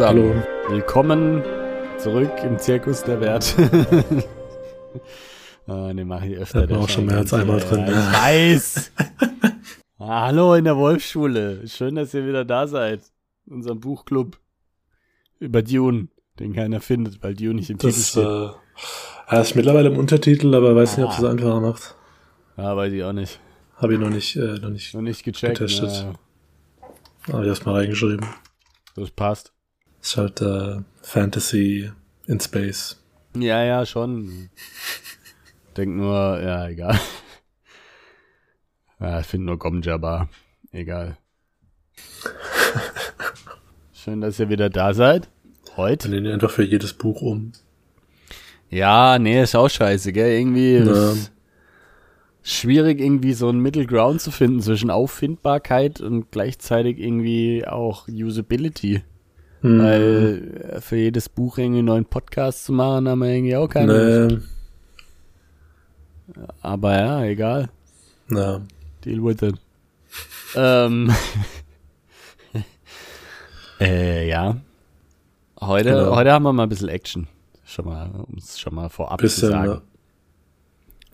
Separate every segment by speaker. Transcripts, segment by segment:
Speaker 1: Hallo.
Speaker 2: Willkommen zurück im Zirkus der Wert. ah, den mache ich öfter.
Speaker 1: Hatten wir
Speaker 2: der
Speaker 1: auch schon mehr als
Speaker 2: Scheiß.
Speaker 1: einmal
Speaker 2: Ja,
Speaker 1: drin.
Speaker 2: Ja, ich weiß. ah, hallo in der Wolfsschule. Schön, dass ihr wieder da seid. In unserem Buchclub über Dune, den keiner findet, weil Dune nicht im Titel
Speaker 1: Das äh,
Speaker 2: steht.
Speaker 1: ja, ist mittlerweile im Untertitel, aber weiß nicht, ob
Speaker 2: Ah.
Speaker 1: das einfacher macht. äh,
Speaker 2: Ah, weiß ich auch nicht.
Speaker 1: Habe ich noch nicht, äh, noch nicht.
Speaker 2: Noch nicht gecheckt.
Speaker 1: Getestet.
Speaker 2: Ja,
Speaker 1: Habe ich erstmal reingeschrieben.
Speaker 2: das passt.
Speaker 1: Ist halt äh, Fantasy in Space.
Speaker 2: Ja, ja, schon. Denk nur, ja, egal. Ja, ich finde nur Gomjaba. Egal. Schön, dass ihr wieder da seid.
Speaker 1: Dann
Speaker 2: Heute?
Speaker 1: nehmen die einfach für jedes Buch um.
Speaker 2: Ja, nee, ist auch scheiße, gell? Irgendwie ist schwierig, irgendwie so einen Middle Ground zu finden zwischen Auffindbarkeit und gleichzeitig irgendwie auch Usability.
Speaker 1: Hm,
Speaker 2: Weil äh, für jedes Buch irgendwie einen neuen Podcast zu machen, haben wir irgendwie auch keinen.
Speaker 1: nee,
Speaker 2: Aber ja, egal.
Speaker 1: na,
Speaker 2: Deal with it. ähm. äh, ja. Heute,
Speaker 1: Genau.
Speaker 2: heute haben wir mal ein bisschen Action. Schon mal, um es schon mal vorab zu
Speaker 1: bisschen.
Speaker 2: sagen.
Speaker 1: ja.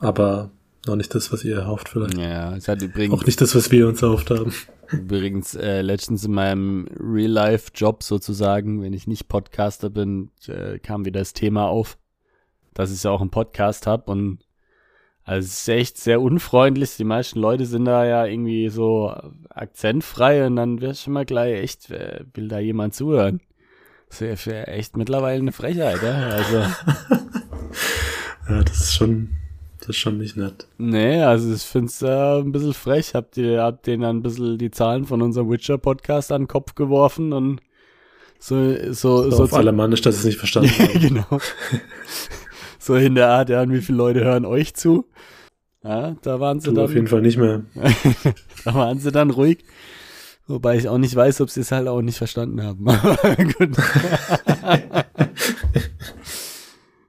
Speaker 1: Aber noch nicht das, was ihr erhofft vielleicht.
Speaker 2: Ja, es hat übrigens,
Speaker 1: ne? Auch nicht das, was wir uns erhofft haben.
Speaker 2: übrigens äh, letztens in meinem Real-Life-Job sozusagen, wenn ich nicht Podcaster bin, äh, kam wieder das Thema auf, dass ich ja auch einen Podcast habe und also es ist echt sehr unfreundlich. Die meisten Leute sind da ja irgendwie so akzentfrei und dann wirst du mal gleich echt, äh, will da jemand zuhören? Das wäre wär echt mittlerweile eine Frechheit, ja? Also,
Speaker 1: Ja, das ist schon, das ist schon nicht nett.
Speaker 2: nee, also ich finde es äh, ein bisschen frech. Habt ihr habt denen dann ein bisschen die Zahlen von unserem Witcher-Podcast an den Kopf geworfen und so, so,
Speaker 1: So
Speaker 2: so,
Speaker 1: auf
Speaker 2: zu-
Speaker 1: Alemannisch, dass ich es nicht verstanden
Speaker 2: Ja,
Speaker 1: habe.
Speaker 2: genau. so in der Art, ja, und wie viele Leute hören euch zu? Ja, da waren sie
Speaker 1: Du
Speaker 2: dann.
Speaker 1: auf jeden Fall nicht mehr.
Speaker 2: Da waren sie dann ruhig. Wobei ich auch nicht weiß, ob sie es halt auch nicht verstanden haben. Aber Gut.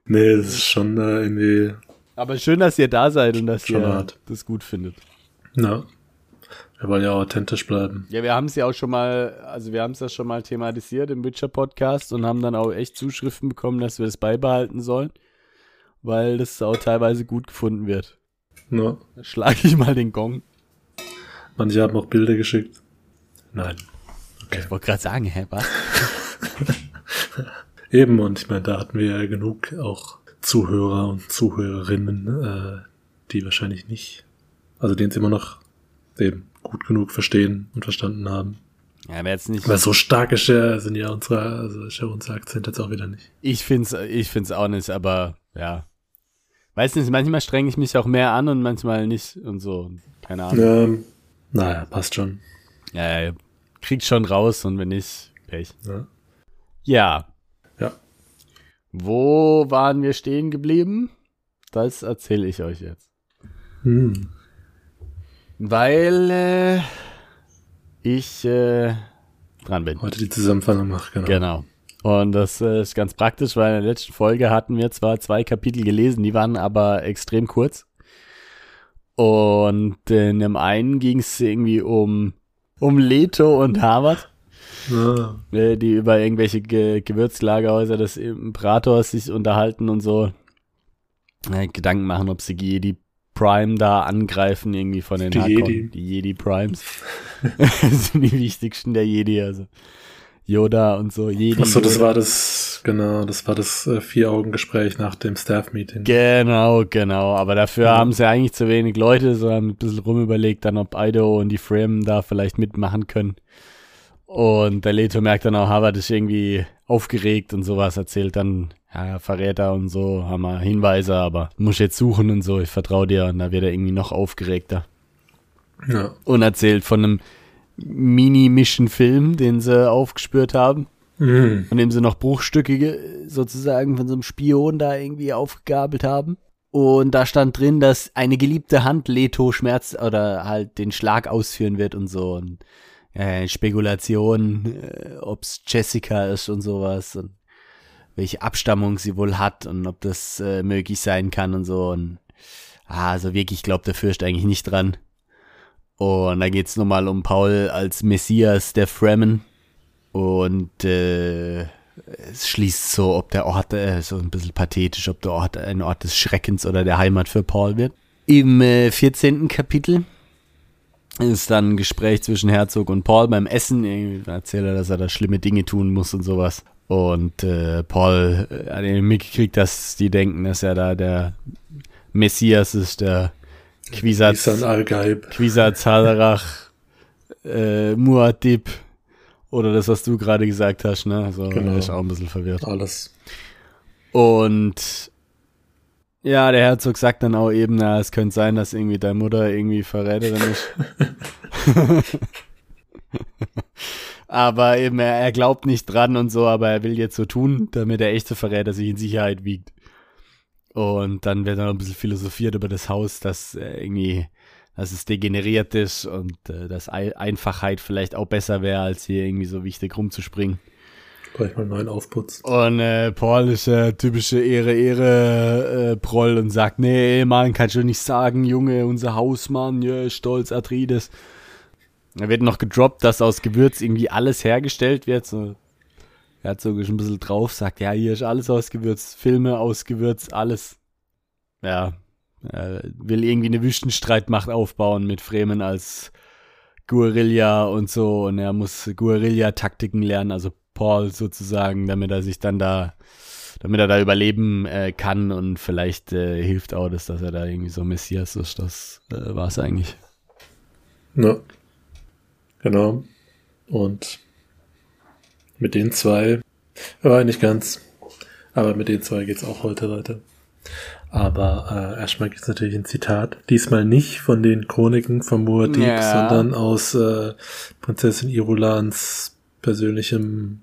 Speaker 1: Nee, das ist schon äh, irgendwie
Speaker 2: Aber schön, dass ihr da seid und dass
Speaker 1: Schon
Speaker 2: ihr
Speaker 1: hart.
Speaker 2: das gut findet.
Speaker 1: Ja. Wir wollen ja auch authentisch bleiben.
Speaker 2: Ja, wir haben es ja auch schon mal, also wir haben es ja schon mal thematisiert im Witcher-Podcast und haben dann auch echt Zuschriften bekommen, dass wir das beibehalten sollen, weil das auch teilweise gut gefunden wird.
Speaker 1: Ja.
Speaker 2: Da schlage ich mal den Gong.
Speaker 1: Manche haben auch Bilder geschickt. Nein.
Speaker 2: Ich wollte gerade sagen, hä, was?
Speaker 1: Eben, und ich meine, da hatten wir ja genug auch Zuhörer und Zuhörerinnen, äh, die wahrscheinlich nicht, also denen es immer noch eben gut genug verstehen und verstanden haben.
Speaker 2: Ja, aber jetzt nicht.
Speaker 1: Weil so stark ist ja, sind ja unsere, also ist ja unser Akzent jetzt auch wieder nicht.
Speaker 2: Ich find's, ich find's auch nicht, aber ja. Weiß nicht, manchmal strenge ich mich auch mehr an und manchmal nicht und so. Keine Ahnung.
Speaker 1: Ähm, naja, passt schon.
Speaker 2: Ja, ja, ja. kriegt schon raus und wenn nicht, Pech.
Speaker 1: Ja.
Speaker 2: Ja.
Speaker 1: Ja.
Speaker 2: Wo waren wir stehen geblieben? Das erzähle ich euch jetzt.
Speaker 1: Hm.
Speaker 2: Weil äh, ich äh, dran bin.
Speaker 1: Heute die Zusammenfassung macht, genau.
Speaker 2: Genau. Und das äh, ist ganz praktisch, weil in der letzten Folge hatten wir zwar zwei Kapitel gelesen, die waren aber extrem kurz. Und in dem einen ging es irgendwie um, um Leto und Harvard,
Speaker 1: Ja,
Speaker 2: äh, die über irgendwelche Ge Gewürzlagerhäuser des Imperators sich unterhalten und so äh, Gedanken machen, ob sie die Jedi Prime da angreifen, irgendwie von den
Speaker 1: Die
Speaker 2: Harkonnen.
Speaker 1: Jedi.
Speaker 2: Die Jedi Primes. das sind die wichtigsten der Jedi, also Yoda und so. Jedi.
Speaker 1: Ach so, das
Speaker 2: Yoda.
Speaker 1: war das, genau, das war das äh, Vier-Augen-Gespräch nach dem Staff-Meeting.
Speaker 2: Genau, genau. Aber dafür
Speaker 1: Ja.
Speaker 2: haben sie eigentlich zu wenig Leute, so haben ein bisschen rumüberlegt, dann ob Ido und die Fram da vielleicht mitmachen können. Und der Leto merkt dann auch, Harvard ist irgendwie aufgeregt und sowas, erzählt dann, ja, Verräter und so, haben wir Hinweise, aber muss jetzt suchen und so, ich vertraue dir. Und da wird er irgendwie noch aufgeregter.
Speaker 1: Ja.
Speaker 2: Und erzählt von einem Mini-Mission-Film, den sie aufgespürt haben.
Speaker 1: Mhm.
Speaker 2: von dem sie noch Bruchstücke äh, sozusagen von so einem Spion da irgendwie aufgegabelt haben. Und da stand drin, dass eine geliebte Hand Leto Schmerz oder halt den Schlag ausführen wird und so. Und äh, Spekulationen, äh, ob's Jessica ist und sowas und welche Abstammung sie wohl hat und ob das äh, möglich sein kann und so. Und ah, also wirklich glaubt der Fürst eigentlich nicht dran. Und da geht's nochmal um Paul als Messias der Fremen. Und äh, Es schließt so, ob der Ort, äh, so ein bisschen pathetisch, ob der Ort ein Ort des Schreckens oder der Heimat für Paul wird. Im äh, 14. Kapitel ist dann ein Gespräch zwischen Herzog und Paul beim Essen. Irgendwie erzählt er, dass er da schlimme Dinge tun muss und sowas. Und äh, Paul äh, hat ihn mitgekriegt, dass die denken, dass er da der Messias ist, der Quisatz,
Speaker 1: Isan Al-Gaib.
Speaker 2: Quisatz Haderach, äh, Muad'Dib oder das, was du gerade gesagt hast, ne? So,
Speaker 1: Genau.
Speaker 2: er ist auch ein bisschen verwirrt.
Speaker 1: Alles.
Speaker 2: Und ja, der Herzog sagt dann auch eben, na, es könnte sein, dass irgendwie deine Mutter irgendwie Verräterin ist. aber eben, er, er glaubt nicht dran und so, aber er will jetzt so tun, damit der echte Verräter sich in Sicherheit wiegt. Und dann wird dann noch ein bisschen philosophiert über das Haus, dass äh, irgendwie, dass es degeneriert ist und äh, dass Ei- Einfachheit vielleicht auch besser wäre, als hier irgendwie so wichtig rumzuspringen.
Speaker 1: Gleich mal einen neuen Aufputz.
Speaker 2: Und äh, Paul ist der typische Ehre, Ehre, äh, Proll und sagt, nee, Mann, kannst du nicht sagen, Junge, unser Hausmann, ja, stolz, Atrides. Da wird noch gedroppt, dass aus Gewürz irgendwie alles hergestellt wird. So. Herzog ist ein bisschen drauf, sagt, ja, hier ist alles aus Gewürz, Filme aus Gewürz, alles. Ja, äh, will irgendwie eine Wüstenstreitmacht aufbauen mit Fremen als Guerilla und so. Und er muss Guerilla-Taktiken lernen, also Paul sozusagen, damit er sich dann da, damit er da überleben äh, kann und vielleicht äh, hilft auch das, dass er da irgendwie so Messias ist. Das äh, war es eigentlich.
Speaker 1: Ja. Genau. Und mit den zwei, aber nicht ganz, aber mit den zwei geht's auch heute weiter. Aber äh, erstmal gibt's natürlich ein Zitat. Diesmal nicht von den Chroniken von Muad'Dib,
Speaker 2: Ja.
Speaker 1: sondern aus äh, Prinzessin Irulans persönlichem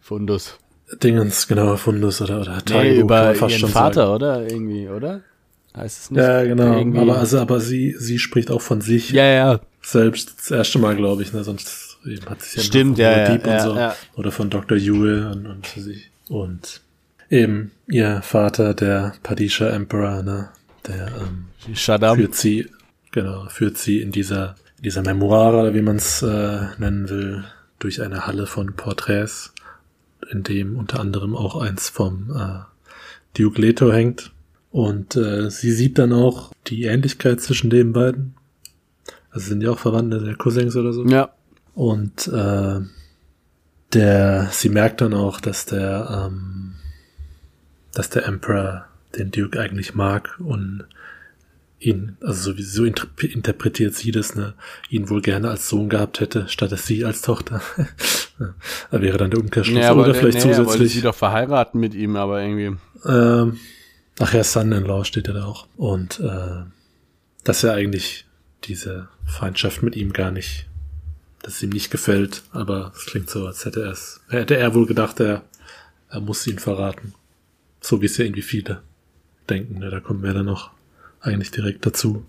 Speaker 2: Fundus.
Speaker 1: Dingens, genau, Fundus oder, oder
Speaker 2: Nee,
Speaker 1: Tagebuch, kann
Speaker 2: über
Speaker 1: man
Speaker 2: ihren
Speaker 1: fast schon
Speaker 2: Vater,
Speaker 1: sagen.
Speaker 2: oder? Irgendwie, oder? Heißt es nicht?
Speaker 1: Ja,
Speaker 2: Irgendwie-
Speaker 1: genau. Aber, also, aber sie, sie spricht auch von sich
Speaker 2: ja, ja.
Speaker 1: selbst das erste Mal, glaube ich, ne? sonst eben hat sich ja
Speaker 2: Stimmt,
Speaker 1: nur von
Speaker 2: ja, ja,
Speaker 1: Deep und
Speaker 2: ja,
Speaker 1: so.
Speaker 2: ja.
Speaker 1: oder von Dr. Yule und, und für sich. Und eben ihr Vater, der Padisha Emperor, ne? der ähm,
Speaker 2: Shaddam.
Speaker 1: führt sie, genau, führt sie in dieser, in dieser Memoire, oder wie man es äh, nennen will, durch eine Halle von Porträts, in dem unter anderem auch eins vom äh, Duke Leto hängt. Und äh, sie sieht dann auch die Ähnlichkeit zwischen den beiden. Also sind ja auch Verwandte der Cousins oder so.
Speaker 2: Ja.
Speaker 1: Und äh, der, sie merkt dann auch, dass der, ähm, dass der Emperor den Duke eigentlich mag und ihn, also sowieso interp interpretiert sie das, ne, ihn wohl gerne als Sohn gehabt hätte, statt dass sie als Tochter. da wäre dann der Umkehrschluss.
Speaker 2: Nee, aber
Speaker 1: Oder
Speaker 2: der-
Speaker 1: vielleicht
Speaker 2: nee, Er wollte sie
Speaker 1: zusätzlich.
Speaker 2: doch verheiraten mit ihm, aber irgendwie.
Speaker 1: Ähm, ach ja, Son-in-Law steht ja da auch. Und äh, dass er eigentlich diese Feindschaft mit ihm gar nicht, dass es ihm nicht gefällt, aber es klingt so, als hätte er es, hätte er wohl gedacht, er, er muss ihn verraten. So wie es ja irgendwie viele denken, ne? da kommen wir dann noch eigentlich direkt dazu.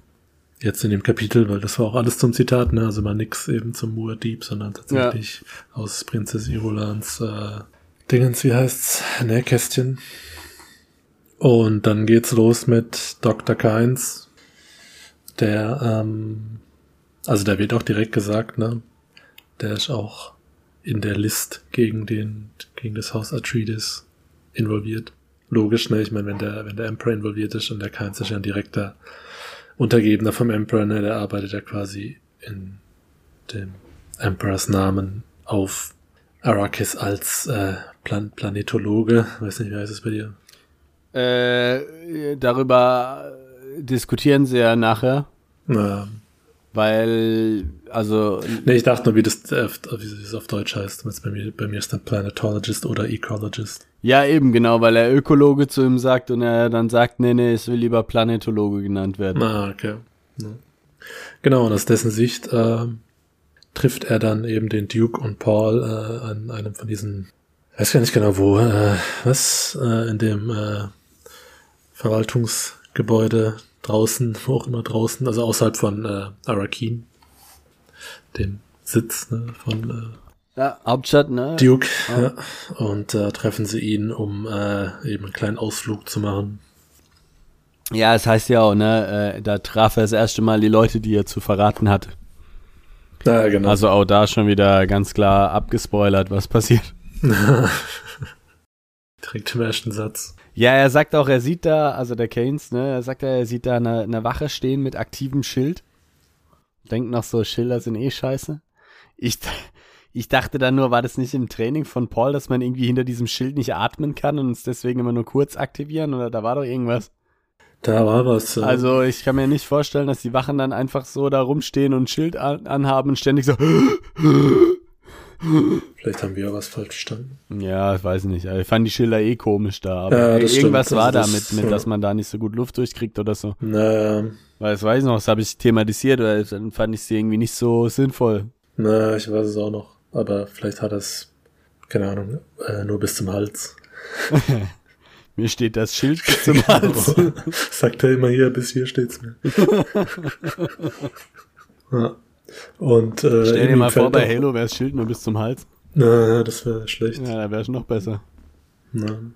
Speaker 1: Jetzt in dem Kapitel, weil das war auch alles zum Zitat, ne? also mal nix eben zum Muad'Dib, sondern tatsächlich aus Prinzessin Irolans äh, Dingens, wie heißt's? Ne, Kästchen. Und dann geht's los mit Dr. Keins. Der, ähm, also da wird auch direkt gesagt, ne? Der ist auch in der List gegen den, gegen das Haus Atreides involviert. Logisch, ne? Ich meine, wenn der, wenn der Emperor involviert ist und der Keins ist ja ein direkter Untergebener vom Emperor, ne? Der arbeitet ja quasi in dem Emperors Namen auf Arrakis als äh, Plan Planetologe. Weiß nicht, wie heißt es bei dir?
Speaker 2: Äh, darüber diskutieren sie ja nachher,
Speaker 1: Ähm,
Speaker 2: weil, also,
Speaker 1: Nee, ich dachte nur, wie das, äh, wie das auf Deutsch heißt. Jetzt Bei mir, bei mir ist dann Planetologist oder Ecologist.
Speaker 2: ja eben, genau, weil er Ökologe zu ihm sagt und er dann sagt, nee, nee, es will lieber Planetologe genannt werden.
Speaker 1: Ah, okay. Ja. Genau, und aus dessen Sicht ähm, trifft er dann eben den Duke und Paul äh, an einem von diesen, weiß gar nicht genau wo, äh, was, äh, in dem äh, Verwaltungsgebäude draußen, wo auch immer draußen, also außerhalb von äh, Arakin, dem Sitz ne, von äh,
Speaker 2: Ja, Hauptstadt, ne?
Speaker 1: Duke, ja. Und äh, treffen sie ihn, um äh, eben einen kleinen Ausflug zu machen.
Speaker 2: Ja, es heißt ja auch, ne, äh, da traf er das erste Mal die Leute, die er zu verraten hat.
Speaker 1: Ja, genau.
Speaker 2: Also auch da schon wieder ganz klar abgespoilert, was passiert.
Speaker 1: Direkt im ersten Satz.
Speaker 2: Ja, er sagt auch, er sieht da, also der Keynes, ne, er sagt, er sieht da eine, eine Wache stehen mit aktivem Schild. Denkt noch so, Schilder sind eh scheiße. Ich, ich dachte dann nur, war das nicht im Training von Paul, dass man irgendwie hinter diesem Schild nicht atmen kann und es deswegen immer nur kurz aktivieren oder da war doch irgendwas.
Speaker 1: Da war was. Äh,
Speaker 2: Also ich kann mir nicht vorstellen, dass die Wachen dann einfach so da rumstehen und ein Schild an, anhaben und ständig so.
Speaker 1: vielleicht haben wir auch was falsch verstanden.
Speaker 2: Ja, ich weiß nicht. Also Ich fand die Schilder eh komisch da, aber
Speaker 1: Ja, das
Speaker 2: irgendwas
Speaker 1: stimmt.
Speaker 2: war
Speaker 1: Also
Speaker 2: da
Speaker 1: das-
Speaker 2: mit, mit, dass man da nicht so gut Luft durchkriegt oder so.
Speaker 1: Na,
Speaker 2: Weil das weiß ich noch, das habe ich thematisiert, weil dann fand ich sie irgendwie nicht so sinnvoll.
Speaker 1: na, ich weiß es auch noch. Aber vielleicht hat es, keine Ahnung, äh, nur bis zum Hals.
Speaker 2: Mir steht das Schild bis zum Hals.
Speaker 1: Sagt er immer hier, bis hier steht's mir. ja. Und äh,
Speaker 2: Stell dir
Speaker 1: ihm
Speaker 2: mal
Speaker 1: fällt
Speaker 2: vor, bei
Speaker 1: doch-
Speaker 2: Halo wäre das Schild nur bis zum Hals.
Speaker 1: Na, das wäre schlecht.
Speaker 2: Ja, da wäre es noch besser.
Speaker 1: Ne?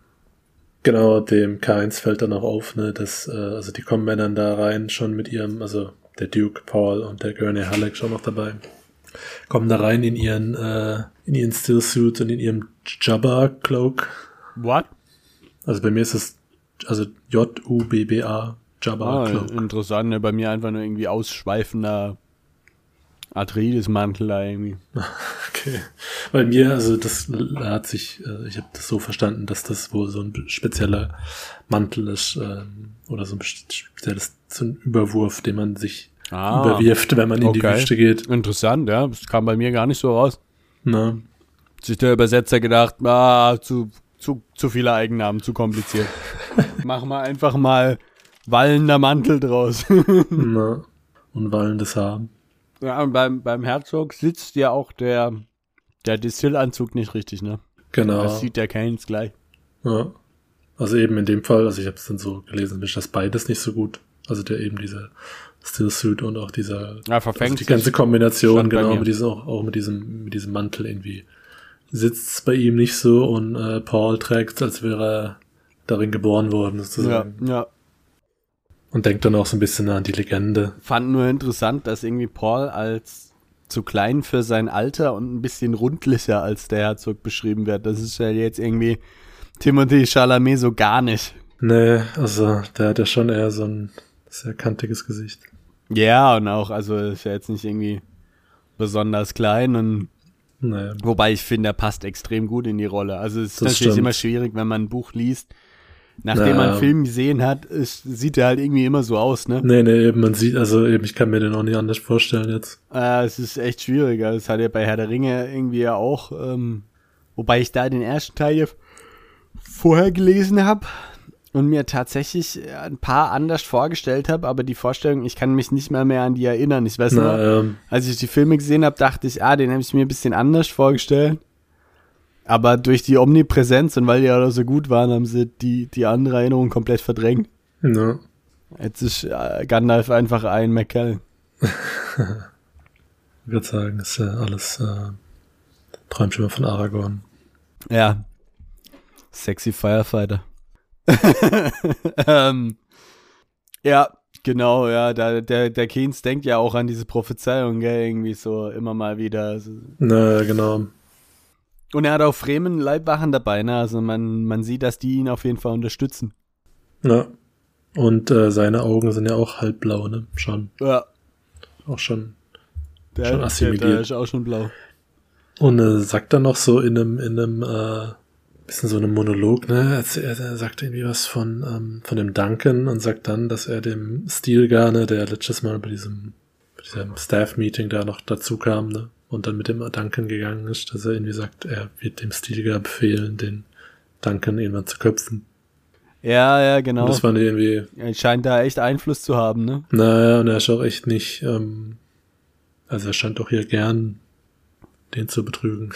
Speaker 1: Genau, dem K1 fällt dann auch auf, ne, dass, äh, also die kommen ja dann da rein, schon mit ihrem, also der Duke, Paul und der Gurney Halleck schon noch dabei. Kommen da rein in ihren, äh, in ihren Stillsuit und in ihrem Jabba Cloak.
Speaker 2: What?
Speaker 1: Also bei mir ist es, also J-U-B-B-A, Jabba
Speaker 2: Ah,
Speaker 1: Cloak.
Speaker 2: interessant, ne? bei mir einfach nur irgendwie ausschweifender Arthritis-Mantel da irgendwie.
Speaker 1: Okay. Bei mir, also das hat sich, äh, ich habe das so verstanden, dass das wohl so ein spezieller Mantel ist ähm, oder so ein spezielles so ein Überwurf, den man sich
Speaker 2: Ah,
Speaker 1: überwirft, wenn man in die
Speaker 2: okay.
Speaker 1: Wüste geht.
Speaker 2: interessant, ja. Das kam bei mir gar nicht so raus.
Speaker 1: Ne?
Speaker 2: Hat Sich der Übersetzer gedacht, ah, zu, zu, zu viele Eigennamen, zu kompliziert. Mach mal einfach mal wallender Mantel draus.
Speaker 1: Ne? Und wallendes Haar.
Speaker 2: ja, und beim, beim Herzog sitzt ja auch der, der Distillanzug nicht richtig, ne? Das
Speaker 1: Genau.
Speaker 2: sieht der Keynes gleich.
Speaker 1: Ja. Also eben in dem Fall, also ich habe es dann so gelesen, ist das beides nicht so gut. Also der eben dieser Stillsuit und auch dieser
Speaker 2: Ja,
Speaker 1: Also
Speaker 2: verfängt
Speaker 1: die
Speaker 2: sich.
Speaker 1: ganze Kombination,
Speaker 2: Stand bei
Speaker 1: genau,
Speaker 2: mir.
Speaker 1: mit diesem, auch, auch mit diesem, mit diesem Mantel irgendwie. Sitzt bei ihm nicht so und äh, Paul trägt als wäre er darin geboren worden,
Speaker 2: ja,
Speaker 1: sozusagen.
Speaker 2: ja.
Speaker 1: Und denkt dann auch so ein bisschen an die Legende.
Speaker 2: Fand nur interessant, dass irgendwie Paul als zu klein für sein Alter und ein bisschen rundlicher als der Herzog beschrieben wird. Das ist ja jetzt irgendwie Timothy Chalamet so gar nicht.
Speaker 1: Nee, also der hat ja schon eher so ein sehr kantiges Gesicht.
Speaker 2: Ja, und auch, also ist ja jetzt nicht irgendwie besonders klein und
Speaker 1: Nee.
Speaker 2: wobei ich finde, er passt extrem gut in die Rolle. Also es ist
Speaker 1: Das
Speaker 2: natürlich
Speaker 1: stimmt.
Speaker 2: immer schwierig, wenn man ein Buch liest. Nachdem
Speaker 1: Na,
Speaker 2: man einen
Speaker 1: ähm.
Speaker 2: Film gesehen hat, ist, sieht er halt irgendwie immer so aus, ne?
Speaker 1: Nee, nee, eben, man sieht, also eben, ich kann mir den auch nicht anders vorstellen jetzt.
Speaker 2: Äh, es ist echt schwierig. Also Das hat ja bei Herr der Ringe irgendwie ja auch. Ähm, wobei ich da den ersten Teil ja vorher gelesen habe und mir tatsächlich äh, ein paar anders vorgestellt habe, aber die Vorstellung, ich kann mich nicht mal mehr an die erinnern. Ich weiß nur,
Speaker 1: Na, ähm,
Speaker 2: als ich die Filme gesehen habe, dachte ich, ah, den habe ich mir ein bisschen anders vorgestellt. Aber durch die Omnipräsenz und weil die alle so gut waren, haben sie die, die andere Erinnerung komplett verdrängt.
Speaker 1: ne.
Speaker 2: Jetzt ist äh, Gandalf einfach ein McKellen.
Speaker 1: Ich würde sagen, ist ja alles äh, Träumschimmer von Aragorn.
Speaker 2: Ja. Sexy Firefighter. ähm, ja, genau, ja. Da, der, der Keynes denkt ja auch an diese Prophezeiung, gell, irgendwie so immer mal wieder. so.
Speaker 1: Na, genau.
Speaker 2: Und er hat auch Fremen Leibwachen dabei, ne? Also man, man sieht, dass die ihn auf jeden Fall unterstützen.
Speaker 1: Ja. Und äh, seine Augen sind ja auch halbblau, ne? Schon.
Speaker 2: Ja.
Speaker 1: Auch schon.
Speaker 2: Der,
Speaker 1: Schon
Speaker 2: der,
Speaker 1: assimiliert.
Speaker 2: der ist auch schon blau.
Speaker 1: Und äh, sagt dann noch so in einem, in einem, äh, bisschen so einem Monolog, ne? Er, er, er sagt irgendwie was von, ähm, von dem Duncan und sagt dann, dass er dem Steelgarne, der letztes Mal bei diesem, bei diesem Staff-Meeting da noch dazu kam, ne? Und dann mit dem Duncan gegangen ist, dass er irgendwie sagt, er wird dem Stilgar befehlen, den Duncan irgendwann zu köpfen.
Speaker 2: Ja, ja, genau.
Speaker 1: Und das fand ich irgendwie,
Speaker 2: Er scheint da echt Einfluss zu haben, ne?
Speaker 1: Naja, und er ist auch echt nicht, ähm, also er scheint doch hier gern den zu betrügen.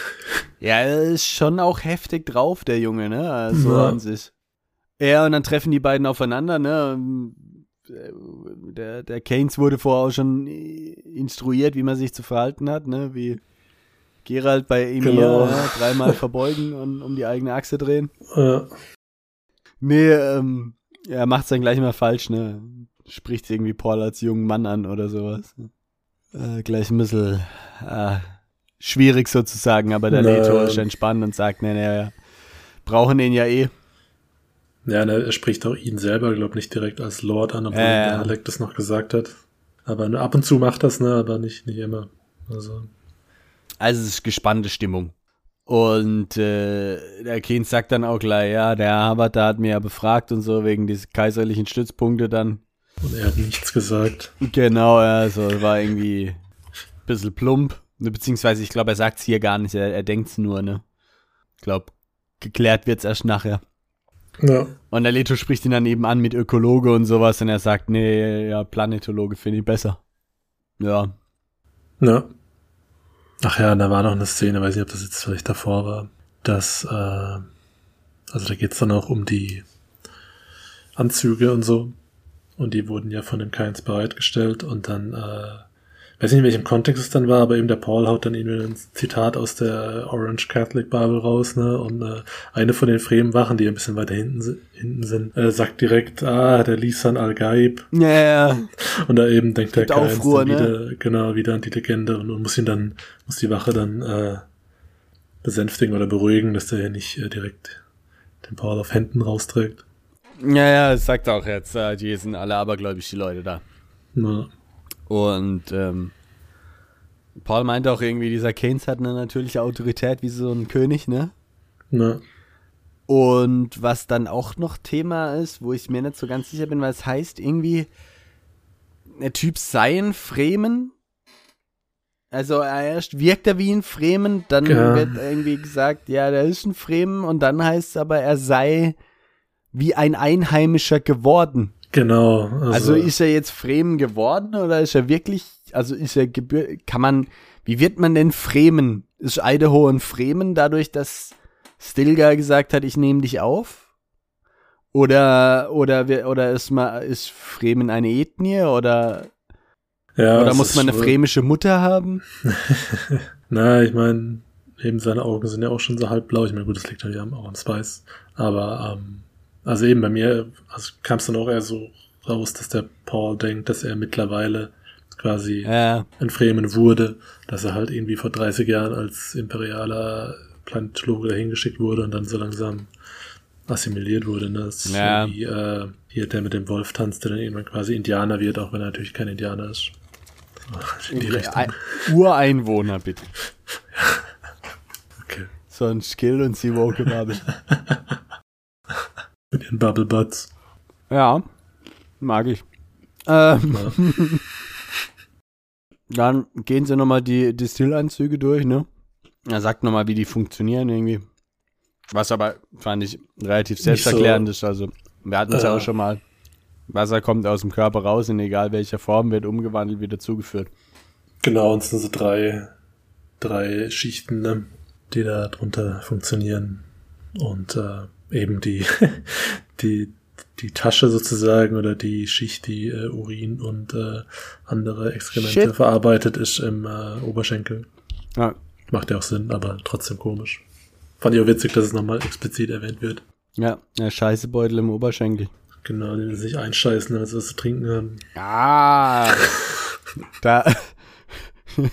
Speaker 2: Ja, er ist schon auch heftig drauf, der Junge, ne? Also
Speaker 1: Ja.
Speaker 2: an sich. Ja, und dann treffen die beiden aufeinander, ne? Ähm, Der, der Keynes wurde vorher auch schon äh, instruiert, wie man sich zu verhalten hat, ne? Wie Gerald bei Emir
Speaker 1: Genau.
Speaker 2: ne? dreimal verbeugen und um die eigene Achse drehen.
Speaker 1: Äh,
Speaker 2: Nee, ähm, er macht's dann gleich mal falsch, ne? Spricht irgendwie Paul als jungen Mann an oder sowas. Äh, gleich ein bisschen äh, schwierig sozusagen, aber der
Speaker 1: Na,
Speaker 2: Leto ist
Speaker 1: ähm.
Speaker 2: entspannt und sagt, nee, nee, wir brauchen den ja eh.
Speaker 1: Ja, ne, er spricht auch ihn selber, glaube nicht direkt als Lord an, obwohl
Speaker 2: Ja, ja.
Speaker 1: der Alec das noch gesagt hat. Aber ne, ab und zu macht das, ne, aber nicht, nicht immer. Also,
Speaker 2: Also es ist gespannte Stimmung. Und äh, der Keynes sagt dann auch gleich, ja, der Herbert, der hat mir ja befragt und so, wegen diese kaiserlichen Stützpunkte dann.
Speaker 1: und er hat nichts gesagt.
Speaker 2: Genau, ja, so war irgendwie ein bisschen plump. Beziehungsweise, ich glaube, er sagt es hier gar nicht, er, er denkt es nur, ne? Ich glaube, geklärt wird's erst nachher.
Speaker 1: Ja.
Speaker 2: Und der Leto spricht ihn dann eben an mit Ökologe und sowas und er sagt, nee, ja, Planetologe finde ich besser. Ja,
Speaker 1: Ja. Ach ja, da war noch eine Szene, weiß nicht, ob das jetzt vielleicht davor war, dass, äh, also da geht's dann auch um die Anzüge und so. Und die wurden ja von dem Keins bereitgestellt und dann, äh, weiß nicht, in welchem Kontext es dann war, aber eben der Paul haut dann eben ein Zitat aus der Orange Catholic Bible raus, ne? Und äh, eine von den Fremenwachen, die ein bisschen weiter hinten, si- hinten sind, äh, sagt direkt, ah, der Lisan Al-Gaib,
Speaker 2: ja, ja, ja.
Speaker 1: und da eben denkt der
Speaker 2: Gibt ne?
Speaker 1: Keins
Speaker 2: Aufruhr,
Speaker 1: dann wieder, genau, wieder an die Legende und, und muss ihn dann, muss die Wache dann äh, besänftigen oder beruhigen, dass der ja nicht äh, direkt den Paul auf Händen rausträgt.
Speaker 2: ja, ja, das sagt er auch jetzt, äh, die sind alle abergläubisch, die Leute da.
Speaker 1: Na,
Speaker 2: Und ähm, Paul meinte auch irgendwie, dieser Keynes hat eine natürliche Autorität wie so ein König, ne?
Speaker 1: na,
Speaker 2: Und was dann auch noch Thema ist, wo ich mir nicht so ganz sicher bin, weil es heißt irgendwie, der Typ sei ein Fremen. Also erst wirkt er wie ein Fremen, dann
Speaker 1: Ja.
Speaker 2: wird irgendwie gesagt, ja, der ist ein Fremen und dann heißt es aber, er sei wie ein Einheimischer geworden.
Speaker 1: genau. Also,
Speaker 2: Also ist er jetzt Fremen geworden oder ist er wirklich, also ist er gebür, kann man, wie wird man denn Fremen? Ist Idaho ein Fremen dadurch, dass Stilgar gesagt hat, ich nehme dich auf? Oder, oder, wir- oder ist mal, ist Fremen eine Ethnie oder,
Speaker 1: ja,
Speaker 2: oder
Speaker 1: es
Speaker 2: muss
Speaker 1: ist
Speaker 2: man eine
Speaker 1: schon-
Speaker 2: fremische Mutter haben?
Speaker 1: Na, ich meine, eben seine Augen sind ja auch schon so halb blau. Ich meine, gut, das liegt natürlich am- auch am Spice. Aber, ähm, also eben bei mir also kam es dann auch eher so raus, dass der Paul denkt, dass er mittlerweile quasi
Speaker 2: Ja,
Speaker 1: in Fremen wurde, dass er halt irgendwie vor 30 Jahren als imperialer Planetologe hingeschickt wurde und dann so langsam assimiliert wurde. Ne? Das ist
Speaker 2: Ja.
Speaker 1: ja. wie äh, hier der mit dem Wolf tanzt, der dann irgendwann quasi Indianer wird, auch wenn er natürlich kein Indianer ist. So, In die Richtung.
Speaker 2: Ein- Ureinwohner bitte.
Speaker 1: Okay.
Speaker 2: So ein Skill und sie woke Babel.
Speaker 1: Mit den Bubble Butts.
Speaker 2: Ja, mag ich. Ähm,
Speaker 1: Ja.
Speaker 2: Dann gehen sie nochmal die Distillanzüge durch, ne? Er sagt nochmal, wie die funktionieren irgendwie. Was aber, fand ich, relativ selbsterklärend ist. Also, wir hatten es ja
Speaker 1: Äh.
Speaker 2: auch schon mal. Wasser kommt aus dem Körper raus, in egal welcher Form, wird umgewandelt, wieder zugeführt.
Speaker 1: Genau, und es sind so drei, drei Schichten, ne, die da drunter funktionieren. Und äh, eben die, die, die Tasche sozusagen oder die Schicht, die äh, Urin und äh, andere Exkremente
Speaker 2: Shit.
Speaker 1: verarbeitet, ist im äh, Oberschenkel.
Speaker 2: Ja,
Speaker 1: Macht ja auch Sinn, aber trotzdem komisch. Fand ich auch witzig, dass es nochmal explizit erwähnt wird.
Speaker 2: ja, der Scheißebeutel im Oberschenkel.
Speaker 1: Genau, die sich einscheißen, damit sie was zu trinken haben.
Speaker 2: Ah! da,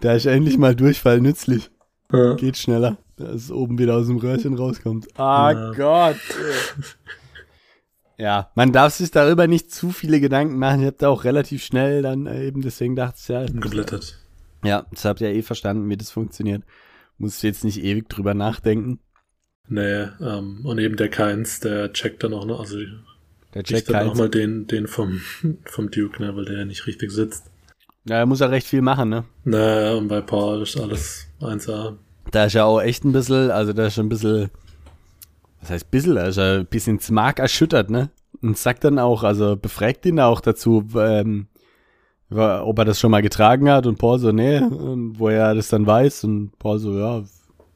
Speaker 2: da ist endlich mal Durchfall nützlich.
Speaker 1: Ja.
Speaker 2: Geht schneller, dass es oben wieder aus dem Röhrchen rauskommt. Ah
Speaker 1: Ja.
Speaker 2: Gott. ja, man darf sich darüber nicht zu viele Gedanken machen. Ich habe da auch relativ schnell dann äh, eben, deswegen dachte ich ja.
Speaker 1: Geblättert.
Speaker 2: Ja, das habt ihr eh verstanden, wie das funktioniert. Muss jetzt nicht ewig drüber nachdenken.
Speaker 1: Nee, ähm, und eben der Keins, der checkt dann auch noch, also
Speaker 2: Der
Speaker 1: Ich
Speaker 2: checkt
Speaker 1: dann auch
Speaker 2: halt.
Speaker 1: mal den, den vom, vom Duke, ne, weil der ja nicht richtig sitzt.
Speaker 2: Ja, er muss ja recht viel machen, ne?
Speaker 1: Naja, und bei Paul ist alles 1A.
Speaker 2: Da ist ja auch echt ein bisschen, also da ist schon ein bisschen, was heißt bisschen, da ist ja ein bisschen Smark erschüttert, ne? Und sagt dann auch, also befragt ihn auch dazu, ähm, wa- ob er das schon mal getragen hat und Paul so, nee, und wo er das dann weiß und Paul so, ja, w-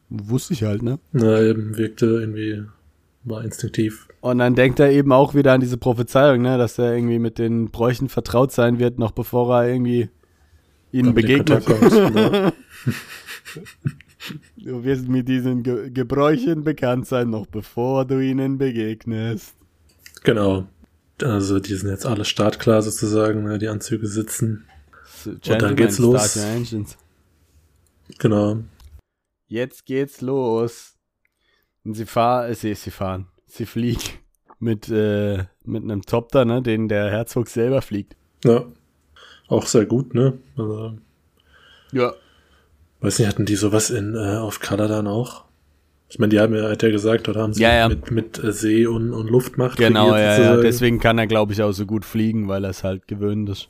Speaker 2: wusste ich halt, ne?
Speaker 1: Na, eben wirkte irgendwie, war instinktiv.
Speaker 2: Und dann denkt er eben auch wieder an diese Prophezeiung, ne, dass er irgendwie mit den Bräuchen vertraut sein wird, noch bevor er irgendwie ihnen
Speaker 1: Damit in
Speaker 2: begegnet.
Speaker 1: Kontakt kommt, ne.
Speaker 2: Du wirst mit diesen Ge Gebräuchen bekannt sein, noch bevor du ihnen begegnest.
Speaker 1: Genau. Also, die sind jetzt alle startklar sozusagen, ne, die Anzüge sitzen.
Speaker 2: Und
Speaker 1: dann geht's los. Genau.
Speaker 2: Jetzt geht's los. Und sie fahren, äh, sie, sie fahren, sie fliegen. mit, äh, mit einem Topter, ne, den der Herzog selber fliegt.
Speaker 1: Ja. Auch sehr gut, ne? Also,
Speaker 2: Ja.
Speaker 1: weiß nicht, hatten die sowas in äh, auf Kaladan auch? Ich meine, die haben ja, hat ja gesagt, oder haben sie
Speaker 2: Ja, ja.
Speaker 1: mit, mit äh, See und, und Luftmacht
Speaker 2: Genau,
Speaker 1: regiert
Speaker 2: ja, ja.
Speaker 1: sozusagen.
Speaker 2: Deswegen kann er, glaube ich, auch so gut fliegen, weil er es halt gewöhnt ist.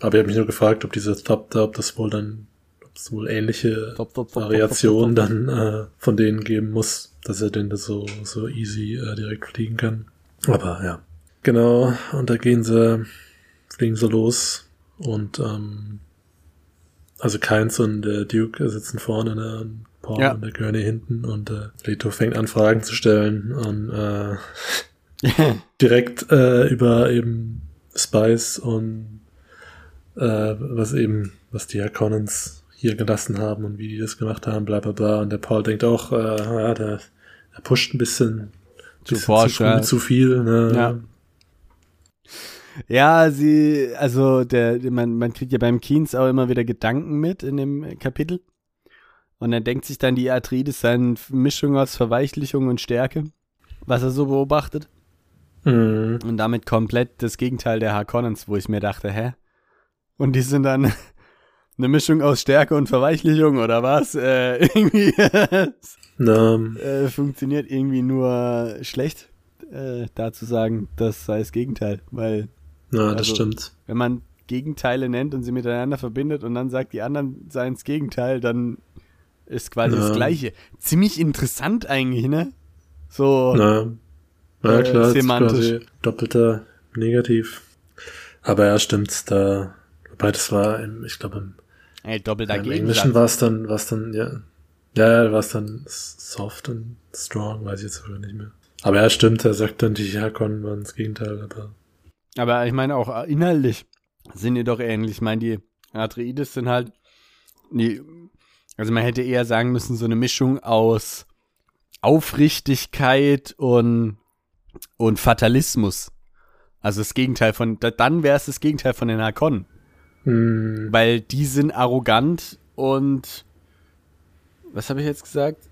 Speaker 1: Aber ich habe mich nur gefragt, ob dieser Topter, ob das wohl dann, ob es wohl ähnliche
Speaker 2: Top, top, top, top,
Speaker 1: Variationen
Speaker 2: top, top,
Speaker 1: dann äh, von denen geben muss, dass er den da so, so easy äh, direkt fliegen kann. Aber ja. Genau, und da gehen sie, fliegen sie los und ähm, also Keins und der Duke sitzen vorne, ne? Und Paul
Speaker 2: Ja.
Speaker 1: und der Gurney hinten und äh, Leto fängt an, Fragen zu stellen und äh, direkt äh, über eben Spice und äh, was eben, was die Harkonnens hier gelassen haben und wie die das gemacht haben, bla bla bla. Und der Paul denkt auch, äh, ja, der, der pusht ein bisschen
Speaker 2: Zu
Speaker 1: bisschen
Speaker 2: forsch,
Speaker 1: zu, früh,
Speaker 2: ja.
Speaker 1: zu viel. Ne?
Speaker 2: Ja. Ja, sie, also der, man, man kriegt ja beim Keynes auch immer wieder Gedanken mit in dem Kapitel. Und dann denkt sich dann die Atreides seine Mischung aus Verweichlichung und Stärke, was er so beobachtet.
Speaker 1: Mhm.
Speaker 2: Und damit komplett das Gegenteil der Harkonnens, wo ich mir dachte, hä? Und die sind dann eine Mischung aus Stärke und Verweichlichung oder was? Äh, irgendwie
Speaker 1: Na,
Speaker 2: äh, funktioniert irgendwie nur schlecht, äh, da zu sagen, das sei das Gegenteil. Weil
Speaker 1: na, das
Speaker 2: Also-
Speaker 1: stimmt.
Speaker 2: wenn man Gegenteile nennt und sie miteinander verbindet und dann sagt, die anderen seien das Gegenteil, dann ist quasi das
Speaker 1: Ja.
Speaker 2: Gleiche. Ziemlich interessant eigentlich, ne? So,
Speaker 1: Na, na
Speaker 2: Äh,
Speaker 1: klar, es ist
Speaker 2: semantisch.
Speaker 1: quasi doppelter Negativ. Aber ja, stimmt, da, wobei das war, im, ich glaube, im
Speaker 2: ey, doppelter
Speaker 1: Im Englischen
Speaker 2: Gegensatz.
Speaker 1: war es dann, war es dann, ja. Ja, ja, war es dann s- soft und strong, weiß ich jetzt sogar nicht mehr. Aber ja, stimmt, er sagt dann, die Hakon waren das Gegenteil, aber.
Speaker 2: Aber ich meine auch äh, inhaltlich sind die doch ähnlich. Ich meine, die Atreides sind halt, die, also man hätte eher sagen müssen, so eine Mischung aus Aufrichtigkeit und, und Fatalismus. Also das Gegenteil von, da- dann wäre es das Gegenteil von den Harkonnen.
Speaker 1: Mm,
Speaker 2: Weil die sind arrogant und was habe ich jetzt gesagt?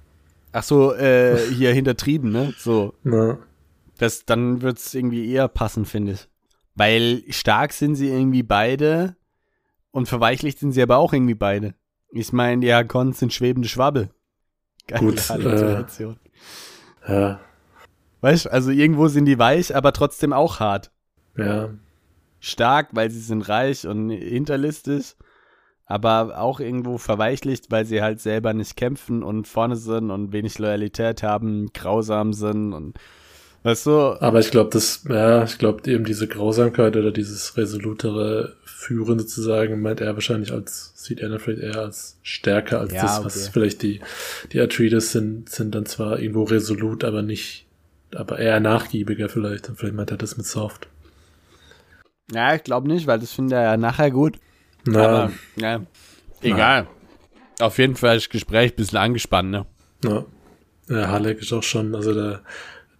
Speaker 2: Ach so, äh, hier hintertrieben, ne? So,
Speaker 1: na,
Speaker 2: das dann wird's irgendwie eher passen, finde ich. Weil stark sind sie irgendwie beide und verweichlicht sind sie aber auch irgendwie beide. Ich meine, die Harkons sind schwebende Schwabbel. Geile
Speaker 1: Gut, äh,
Speaker 2: Alliteration.
Speaker 1: ja,
Speaker 2: Weißt du, also irgendwo sind die weich, aber trotzdem auch hart.
Speaker 1: ja,
Speaker 2: stark, weil sie sind reich und hinterlistig, aber auch irgendwo verweichlicht, weil sie halt selber nicht kämpfen und vorne sind und wenig Loyalität haben, grausam sind und weißt du,
Speaker 1: aber ich glaube, das, ja, ich glaube eben diese Grausamkeit oder dieses resolutere Führen sozusagen meint er wahrscheinlich als, sieht er dann vielleicht eher als stärker als
Speaker 2: Ja,
Speaker 1: das,
Speaker 2: okay.
Speaker 1: was vielleicht die, die Atreides sind, sind dann zwar irgendwo resolut, aber nicht, aber eher nachgiebiger vielleicht, und vielleicht meint er das mit soft.
Speaker 2: ja, ich glaube nicht, weil das finde er ja nachher gut.
Speaker 1: Na,
Speaker 2: Aber ja, egal. Auf jeden Fall ist das Gespräch ein bisschen angespannt, ne?
Speaker 1: Ja. ja, Halleck ist auch schon, also der,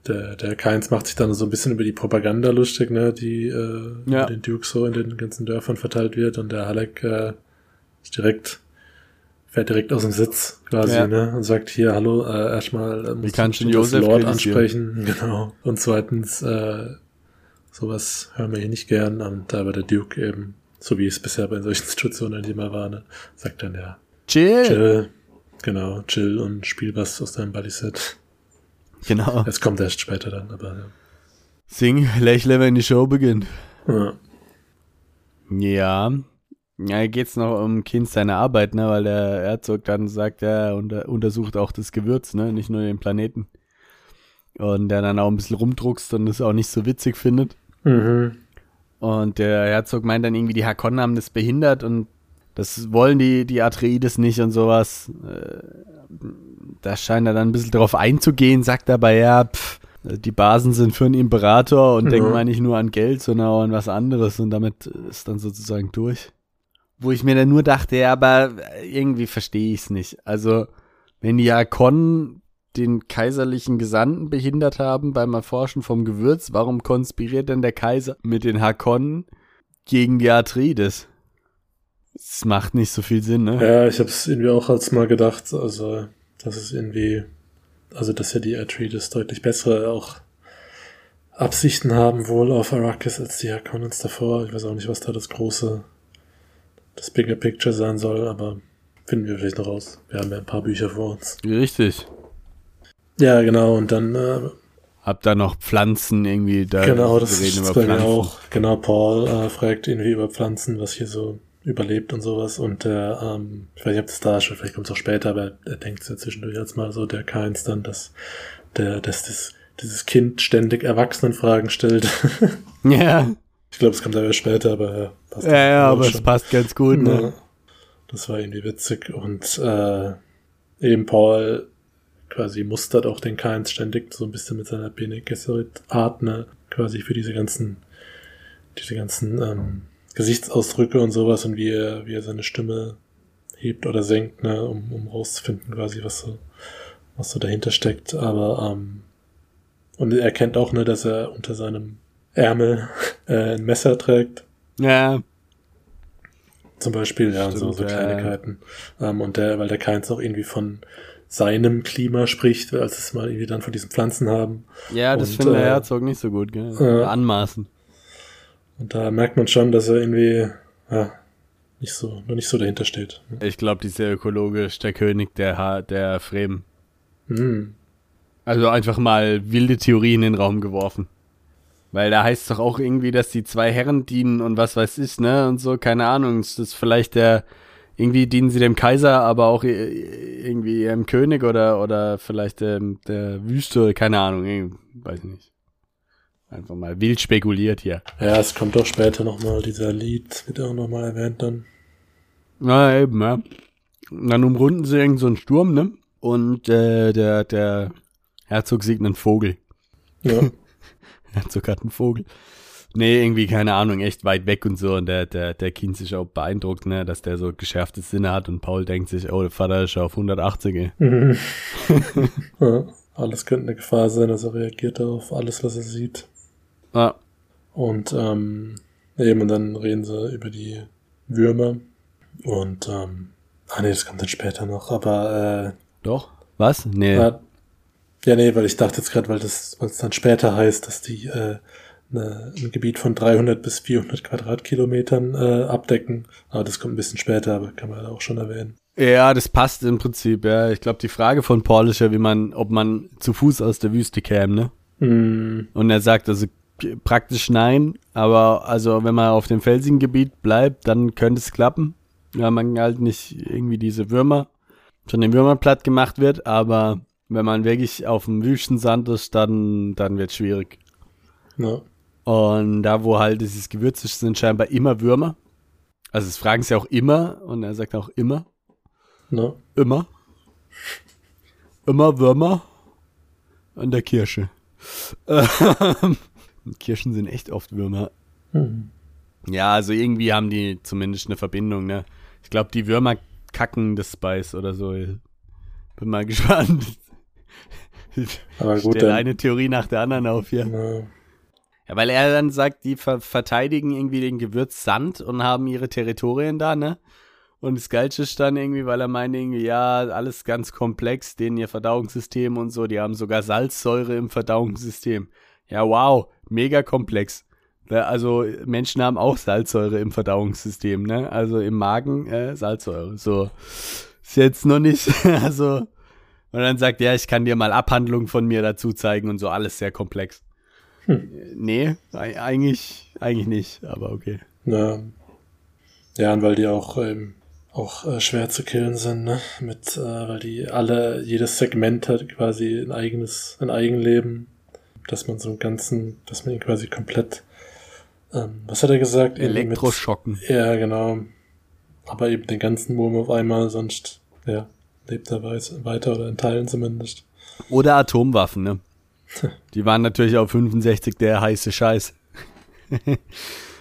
Speaker 1: der, der Keins macht sich dann so ein bisschen über die Propaganda lustig, ne, die äh,
Speaker 2: Ja.
Speaker 1: über den Duke so in den ganzen Dörfern verteilt wird und der Halleck äh, ist direkt, fährt direkt aus dem Sitz quasi,
Speaker 2: Ja.
Speaker 1: ne, und sagt hier, hallo, äh, erstmal äh, musst
Speaker 2: kannst du
Speaker 1: das
Speaker 2: Josef
Speaker 1: Lord
Speaker 2: kritisieren?
Speaker 1: ansprechen, genau. Und zweitens, äh, sowas hören wir hier nicht gern und aber der Duke eben, so wie es bisher bei solchen Situationen eigentlich immer war, ne, sagt dann ja,
Speaker 2: Chill.
Speaker 1: Chill. Genau, chill und spiel was aus deinem Bodyset.
Speaker 2: Genau.
Speaker 1: Es kommt erst später dann, aber
Speaker 2: Sing, lächle, wenn die Show beginnt.
Speaker 1: ja. ja.
Speaker 2: Ja. Ja, geht's noch um Kind seine Arbeit, ne? Weil der Herzog dann sagt, er unter, untersucht auch das Gewürz, ne? Nicht nur den Planeten. Und der dann auch ein bisschen rumdruckst und es auch nicht so witzig findet.
Speaker 1: Mhm.
Speaker 2: Und der Herzog meint dann irgendwie, die Hakonnen haben das behindert und das wollen die, die Atreides nicht und sowas. Äh, Da scheint er dann ein bisschen drauf einzugehen, sagt aber, ja, pff, die Basen sind für einen Imperator und
Speaker 1: Ja.
Speaker 2: denken mal nicht nur an Geld, sondern auch an was anderes und damit ist dann sozusagen durch. Wo ich mir dann nur dachte, ja, aber irgendwie verstehe ich es nicht. Also, wenn die Hakonnen den kaiserlichen Gesandten behindert haben beim Erforschen vom Gewürz, warum konspiriert denn der Kaiser mit den Hakonnen gegen die Atreides? Das macht nicht so viel Sinn, ne?
Speaker 1: Ja, ich habe es irgendwie auch als mal gedacht, also, dass es irgendwie, also, dass ja die Atreides deutlich bessere auch, Absichten haben wohl auf Arrakis als die Harkonnens davor. Ich weiß auch nicht, was da das große, das bigger picture sein soll, aber finden wir vielleicht noch raus. Wir haben ja ein paar Bücher vor uns.
Speaker 2: Richtig.
Speaker 1: Ja, genau, und dann, äh,
Speaker 2: Hab da noch Pflanzen irgendwie da.
Speaker 1: genau, das
Speaker 2: Äh, wir
Speaker 1: ist das bei mir auch. Genau, Paul äh, fragt irgendwie über Pflanzen, was hier so überlebt und sowas. Und der, ähm, ich weiß nicht, ob das da schon, vielleicht kommt es auch später, aber er denkt es ja zwischendurch jetzt mal so, der Keins dann, dass der, dass das, dieses Kind ständig Erwachsenenfragen stellt.
Speaker 2: Ja,
Speaker 1: ich glaube, es kommt aber später, aber ja, passt
Speaker 2: ja, ja,
Speaker 1: auch
Speaker 2: aber
Speaker 1: schon.
Speaker 2: es passt ganz gut,
Speaker 1: Ja.
Speaker 2: ne?
Speaker 1: Das war irgendwie witzig. Und äh, eben Paul quasi mustert auch den Kainz ständig so ein bisschen mit seiner Bene Gesserit Art, ne? Quasi für diese ganzen, diese ganzen ähm, Gesichtsausdrücke und sowas und wie er, wie er seine Stimme hebt oder senkt, ne, um, um rauszufinden, quasi, was so, was so dahinter steckt. Aber ähm, und er erkennt auch, ne, dass er unter seinem Ärmel äh, ein Messer trägt.
Speaker 2: Ja,
Speaker 1: Zum Beispiel, ja, und so, so
Speaker 2: Stimmt, ja.
Speaker 1: Kleinigkeiten. Ähm, und der, weil der Keins auch irgendwie von seinem Klima spricht, als es mal irgendwie dann von diesen Pflanzen haben.
Speaker 2: ja das
Speaker 1: Und,
Speaker 2: findet der
Speaker 1: äh,
Speaker 2: Herzog nicht so gut, gell?
Speaker 1: äh,
Speaker 2: Anmaßen.
Speaker 1: Und da merkt man schon, dass er irgendwie, ja, nicht so, noch nicht so dahinter steht.
Speaker 2: Ich glaube, dieser ökologisch der König der, ha der Fremen.
Speaker 1: Hm.
Speaker 2: Also einfach mal wilde Theorien in den Raum geworfen. Weil da heißt es doch auch irgendwie, dass die zwei Herren dienen und was weiß ich, ne? Und so, keine Ahnung. Ist das vielleicht der. Irgendwie dienen sie dem Kaiser, aber auch i- i- irgendwie ihrem König oder, oder vielleicht ähm, der Wüste, keine Ahnung, irgendwie, weiß nicht. Einfach mal wild spekuliert hier.
Speaker 1: Ja, es kommt auch später nochmal, dieser Lied wird auch nochmal erwähnt dann.
Speaker 2: Na eben, ja. Und dann umrunden sie irgend so einen Sturm, ne? Und äh, der, der Herzog sieht einen Vogel.
Speaker 1: Ja,
Speaker 2: Herzog hat einen Vogel. Nee, irgendwie, keine Ahnung, echt weit weg und so. Und der, der, der Kind ist auch beeindruckt, ne, dass der so geschärfte Sinne hat. Und Paul denkt sich, oh, der Vater ist auf 180, ey.
Speaker 1: Mhm. ja. Alles könnte eine Gefahr sein, also reagiert er auf alles, was er sieht.
Speaker 2: Ah,
Speaker 1: Und ähm, eben, und dann reden sie über die Würmer. Und, ähm, ah nee, das kommt dann später noch, aber,
Speaker 2: doch? Was?
Speaker 1: äh,
Speaker 2: Nee.
Speaker 1: ja. ja, nee, weil ich dachte jetzt gerade, weil das, weil es dann später heißt, dass die, äh, ne, ein Gebiet von 300 bis 400 Quadratkilometern äh, abdecken. Aber das kommt ein bisschen später, aber kann man auch schon erwähnen.
Speaker 2: Ja, das passt im Prinzip, ja. Ich glaube, die Frage von Paul ist ja, wie man, ob man zu Fuß aus der Wüste käme, ne?
Speaker 1: Hm,
Speaker 2: Und er sagt also k- praktisch nein, aber also wenn man auf dem felsigen Gebiet bleibt, dann könnte es klappen. Ja, man halt nicht irgendwie diese Würmer von den Würmern platt gemacht wird, aber wenn man wirklich auf dem wüsten Sand ist, dann, dann wird schwierig.
Speaker 1: ne.
Speaker 2: Und da, wo halt dieses Gewürz ist, sind scheinbar immer Würmer. Also es fragen sie auch immer und er sagt auch immer,
Speaker 1: Ne.
Speaker 2: immer, immer Würmer an der Kirsche. Ähm, Kirschen sind echt oft Würmer. Mhm.
Speaker 1: Hm.
Speaker 2: Ja, also irgendwie haben die zumindest eine Verbindung, ne? Ich glaube, die Würmer kacken das Spice oder so. Bin mal gespannt. Ich
Speaker 1: Aber gut,
Speaker 2: stelle
Speaker 1: dann.
Speaker 2: eine Theorie nach der anderen auf hier.
Speaker 1: Ne.
Speaker 2: Ja, weil er dann sagt, die ver verteidigen irgendwie den Gewürzsand und haben ihre Territorien da, ne? Und das Geilste ist dann irgendwie, weil er meint irgendwie, ja, alles ganz komplex, denen ihr Verdauungssystem und so, die haben sogar Salzsäure im Verdauungssystem. Ja, wow, mega komplex. Ja, Also Menschen haben auch Salzsäure im Verdauungssystem, ne? Also im Magen äh, Salzsäure. So ist jetzt noch nicht, also und dann sagt er, ich kann dir mal Abhandlungen von mir dazu zeigen und so, alles sehr komplex. Nee, ei- eigentlich, eigentlich nicht, aber okay.
Speaker 1: Ja. Ja, und weil die auch, ähm, auch äh, schwer zu killen sind, ne? Mit, äh, weil die alle, jedes Segment hat quasi ein eigenes, ein Eigenleben, dass man so einen ganzen, dass man ihn quasi komplett, ähm, was hat er gesagt? Irgendwie mit-
Speaker 2: Elektroschocken.
Speaker 1: Ja, genau. Aber eben den ganzen Wurm auf einmal, sonst, ja, lebt er wei- weiter oder in Teilen zumindest.
Speaker 2: Oder Atomwaffen, ne? Die waren natürlich auf 65 der heiße Scheiß.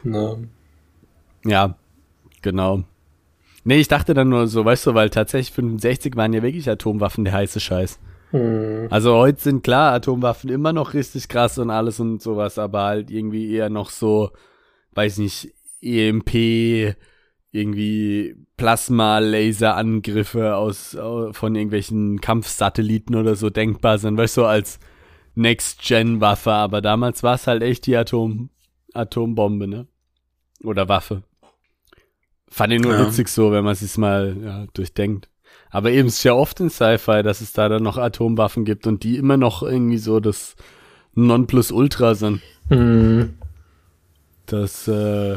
Speaker 1: Ne?
Speaker 2: Ja, genau. Nee, ich dachte dann nur so, weißt du, weil tatsächlich 65 waren ja wirklich Atomwaffen der heiße Scheiß.
Speaker 1: Hm,
Speaker 2: Also heute sind klar Atomwaffen immer noch richtig krass und alles und sowas, aber halt irgendwie eher noch so, weiß nicht, EMP, irgendwie Plasma-Laser-Angriffe aus, au- von irgendwelchen Kampfsatelliten oder so denkbar sind, weißt du, als Next-Gen-Waffe, aber damals war es halt echt die Atom Atombombe, ne? Oder Waffe. Fand ich nur
Speaker 1: Ja.
Speaker 2: witzig so, wenn man es mal ja, durchdenkt. Aber eben ist ja oft in Sci-Fi, dass es da dann noch Atomwaffen gibt und die immer noch irgendwie so das Nonplusultra sind,
Speaker 1: Mhm.
Speaker 2: dass äh,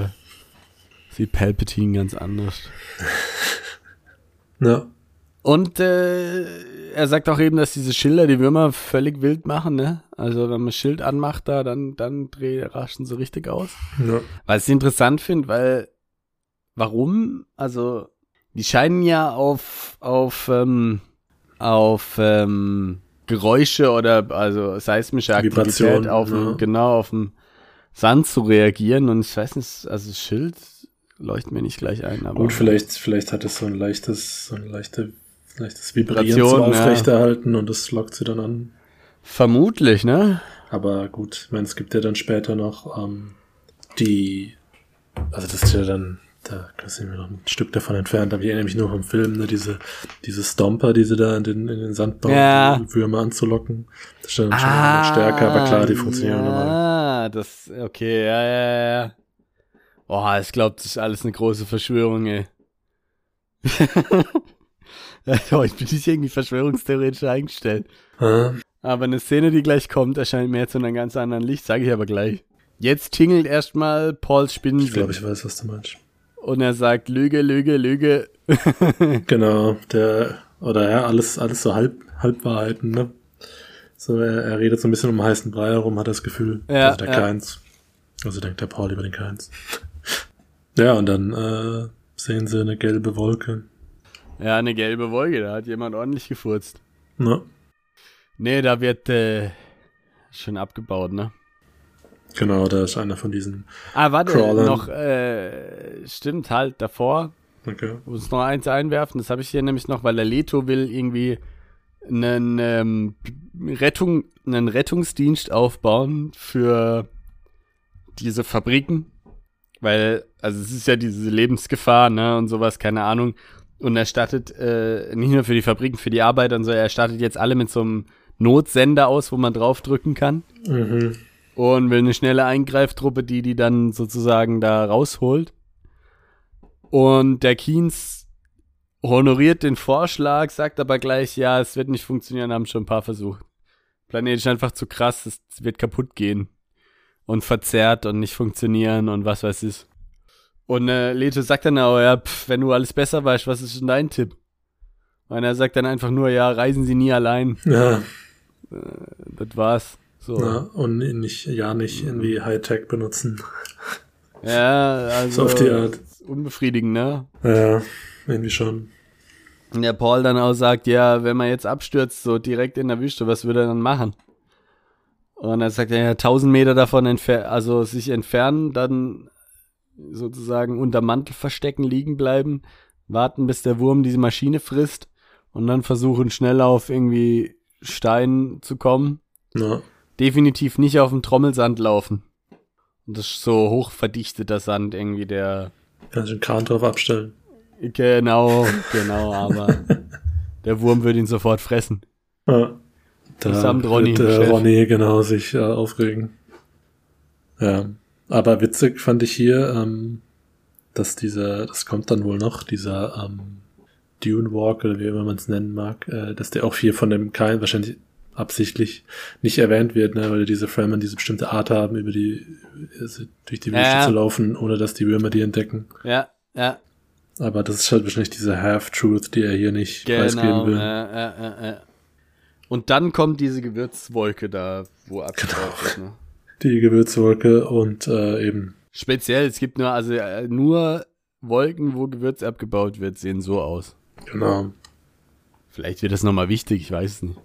Speaker 2: sie Palpatine ganz anders.
Speaker 1: Ja.
Speaker 2: Und äh, er sagt auch eben, dass diese Schilder die Würmer völlig wild machen, ne? Also wenn man das Schild anmacht da, dann, dann dreh, raschen sie richtig aus.
Speaker 1: ja.
Speaker 2: Was ich interessant finde, weil warum? Also die scheinen ja auf auf ähm, auf ähm, Geräusche oder also seismische Aktivität
Speaker 1: Vibrationen,
Speaker 2: auf dem,
Speaker 1: ja.
Speaker 2: genau auf dem Sand zu reagieren und ich weiß nicht, also das Schild leuchtet mir nicht gleich ein, aber
Speaker 1: Gut, vielleicht, vielleicht hat es so ein leichtes, so ein leichte, leichtes Vibrieren zum
Speaker 2: Vibration, ja.
Speaker 1: Aufrechterhalten und das lockt sie dann an.
Speaker 2: vermutlich, ne?
Speaker 1: Aber gut, ich meine, es gibt ja dann später noch ähm, die, also das ist ja dann, da sind wir noch ein Stück davon entfernt, aber ich erinnere mich nur vom Film, ne, diese, diese Stomper, die sie da in den, in den Sand bauen,
Speaker 2: Ja.
Speaker 1: um Würmer anzulocken. Das ist dann schon ah, stärker, aber klar, die funktionieren
Speaker 2: ja,
Speaker 1: normal.
Speaker 2: das, okay, ja, ja, ja. Boah, ich glaube, das ist alles eine große Verschwörung, ey. ja, ich bin nicht irgendwie verschwörungstheoretisch eingestellt.
Speaker 1: Ja.
Speaker 2: Aber eine Szene, die gleich kommt, erscheint mir jetzt in einem ganz anderen Licht, sage ich aber gleich. Jetzt tingelt erstmal Pauls
Speaker 1: Ich glaube,
Speaker 2: Spinnensinn
Speaker 1: ich weiß, was du meinst.
Speaker 2: und er sagt Lüge, Lüge, Lüge.
Speaker 1: Genau, der, oder ja, alles, alles so halb, Halbwahrheiten, ne? So, er, er redet so ein bisschen um heißen Brei herum, hat das Gefühl.
Speaker 2: Ja,
Speaker 1: also der
Speaker 2: ja.
Speaker 1: Keins. Also denkt der Paul über den Keins. ja, und dann äh, sehen sie eine gelbe Wolke.
Speaker 2: Ja, eine gelbe Wolke, da hat jemand ordentlich gefurzt.
Speaker 1: Ne?
Speaker 2: Nee, da wird äh, schon abgebaut, ne?
Speaker 1: Genau, da ist einer von diesen.
Speaker 2: Ah, warte,
Speaker 1: Crawlern.
Speaker 2: noch, äh, stimmt, halt, davor,
Speaker 1: Okay.
Speaker 2: muss noch eins einwerfen, das habe ich hier nämlich noch, weil der Leto will irgendwie einen, ähm, Rettung, einen Rettungsdienst aufbauen für diese Fabriken, weil, also es ist ja diese Lebensgefahr, ne, und sowas, keine Ahnung, und er startet, äh, nicht nur für die Fabriken, für die Arbeiter und so, er startet jetzt alle mit so einem Notsender aus, wo man draufdrücken kann
Speaker 1: Mhm.
Speaker 2: und will eine schnelle Eingreiftruppe, die die dann sozusagen da rausholt. Und der Keens honoriert den Vorschlag, sagt aber gleich, ja, es wird nicht funktionieren, haben schon ein paar versucht. Planet ist einfach zu krass, es wird kaputt gehen und verzerrt und nicht funktionieren und was weiß ich. Und äh, Leto sagt dann auch, ja, pff, wenn du alles besser weißt, was ist denn dein Tipp? Und er sagt dann einfach nur, ja, reisen Sie nie allein.
Speaker 1: Ja,
Speaker 2: Das war's. So.
Speaker 1: ja, und nicht, ja nicht irgendwie Hightech benutzen.
Speaker 2: Ja, also
Speaker 1: So auf die Art.
Speaker 2: unbefriedigend, ne?
Speaker 1: Ja, irgendwie schon.
Speaker 2: Und der Paul dann auch sagt, ja, wenn man jetzt abstürzt, so direkt in der Wüste, was würde er dann machen? Und er sagt, er, ja, 1000 Meter davon entfernen, also sich entfernen, dann sozusagen unter Mantel verstecken, liegen bleiben, warten, bis der Wurm diese Maschine frisst und dann versuchen, schnell auf irgendwie Stein zu kommen
Speaker 1: Ja.
Speaker 2: definitiv nicht auf dem Trommelsand laufen. Und das ist so hochverdichteter Sand irgendwie, der.
Speaker 1: Kann ich den Kran drauf abstellen.
Speaker 2: Genau, genau, aber der Wurm würde ihn sofort fressen.
Speaker 1: Ja.
Speaker 2: Samt Ronny,
Speaker 1: wird, äh,
Speaker 2: Chef.
Speaker 1: Ronny genau sich äh, aufregen. Ja, aber witzig fand ich hier, ähm, dass dieser, das kommt dann wohl noch, dieser ähm, Dune Walk oder wie immer man es nennen mag, äh, dass der auch hier von dem Kain wahrscheinlich absichtlich nicht erwähnt wird, ne, weil diese Fremen diese bestimmte Art haben, über die also durch die Wüste
Speaker 2: Ja.
Speaker 1: zu laufen, ohne dass die Würmer die entdecken.
Speaker 2: Ja, ja,
Speaker 1: Aber das ist halt wahrscheinlich diese Half-Truth, die er hier nicht
Speaker 2: genau.
Speaker 1: preisgeben will.
Speaker 2: ja, ja, ja, ja. Und dann kommt diese Gewürzwolke da, wo abgebaut wird. Ne?
Speaker 1: Die Gewürzwolke und äh, eben
Speaker 2: Speziell, es gibt nur, also äh, nur Wolken, wo Gewürz abgebaut wird, sehen so aus.
Speaker 1: genau
Speaker 2: Vielleicht wird das nochmal wichtig, ich weiß es nicht.